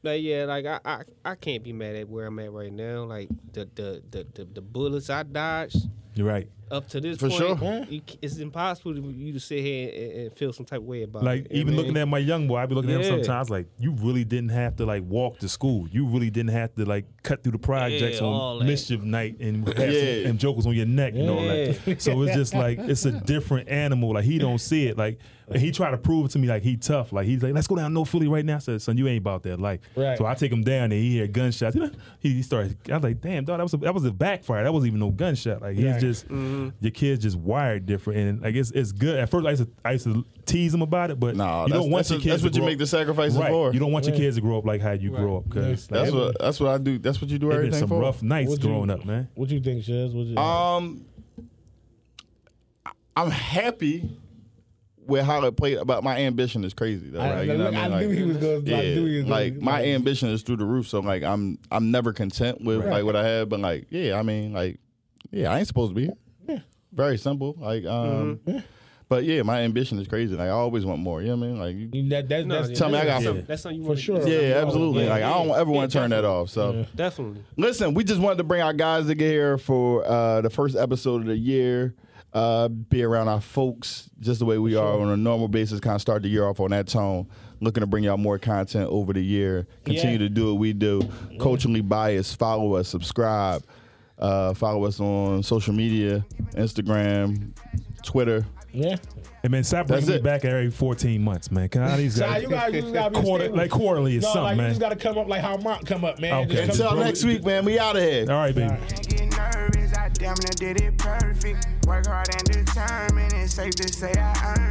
S7: like, yeah, like I, I, I can't be mad at where I'm at right now. Like the the the the, the bullets I dodged
S4: You're right.
S7: up to this
S2: For
S7: point,
S3: sure.
S7: you c- it's impossible for you to sit here and, and feel some type of way about.
S4: Like
S7: it, you
S4: even
S7: know what I
S4: looking
S7: mean?
S4: at my young boy, I be looking at
S7: Yeah.
S4: him sometimes. Like you really didn't have to like walk to school. You really didn't have to like cut through the projects
S7: Yeah, all
S4: on
S7: that.
S4: mischief night and have some-
S2: Yeah.
S4: and jokers on your neck and all
S7: Yeah.
S4: that. So it's
S7: *laughs*
S4: just like it's a different animal. Like he don't see it. Like and he tried to prove it to me like he tough. Like he's like, let's go down no Philly right now. I said, son, you ain't about that life.
S3: Right.
S4: So I take him down and he hear gunshots. *laughs* He started. I was like, damn, dog, that was a, that was a backfire. That wasn't even no gunshot. Like he's
S3: Right. Mm-hmm.
S4: just your kids just wired different, and like it's, it's good. At first, I used to I used to tease them about it, but
S2: Nah,
S4: you
S2: that's-
S4: don't want
S2: that's
S4: your
S2: a- that's
S4: kids. to
S2: what you
S4: grow-
S2: make the sacrifices
S4: right.
S2: for.
S4: You don't want your
S3: Right.
S4: kids to grow up like how you grew up, because
S3: Yeah.
S4: like,
S2: That's
S4: it-
S2: what that's what I do. That's what you do
S4: it been
S2: everything
S4: some
S2: for.
S4: rough nights
S3: Would you-
S4: growing up, man.
S3: What you think, Uh, Shiz? What you
S2: Um, I- I'm happy where Howard played about my ambition is crazy though.
S3: I-
S2: right? You know what
S3: I
S2: mean?
S3: knew he was gonna- I knew he was gonna-
S2: like my ambition is through the roof. So like I'm I'm never content with
S4: Right.
S2: like what I have, but like yeah, I mean like yeah, I ain't supposed to be here.
S3: Yeah. Mm-hmm.
S2: Very simple. Like um,
S3: Yeah.
S2: but yeah, my ambition is crazy. Like I always want more. You know what I mean? Like you,
S3: You- that- that-
S7: No,
S3: that's
S7: yeah,
S2: tell me I got-
S7: that's something- That's something you
S3: For
S7: want
S3: sure.
S2: yeah, absolutely.
S3: Yeah,
S2: like I don't ever want to turn that off. So.
S7: Definitely.
S2: Listen, we just wanted to bring our guys together here for uh, the first episode of the year. Uh, be around our folks just the way we are on a normal basis. Kind of start the year off on that tone. Looking to bring y'all more content over the year. Continue
S3: Yeah.
S2: to do what we do. Culturally biased. Follow us. Subscribe. Uh, follow us on social media, Instagram, Twitter.
S3: yeah.
S4: And man, stop bringing
S2: That's
S4: me
S2: it.
S4: back every 14 months, man. Can I these
S3: Nah,
S4: guys?
S3: you gotta, you gotta be
S4: quarter,
S3: stable.
S4: like quarterly or
S3: no,
S4: something,
S3: like you
S4: man.
S3: just gotta come up like how Mont come up, man.
S4: Okay.
S3: Just come-
S2: Until next week, man. We out of here.
S4: All right, baby.
S1: can't get nervous. I damn near did it perfect. Work hard and determined. It's safe to say I earned.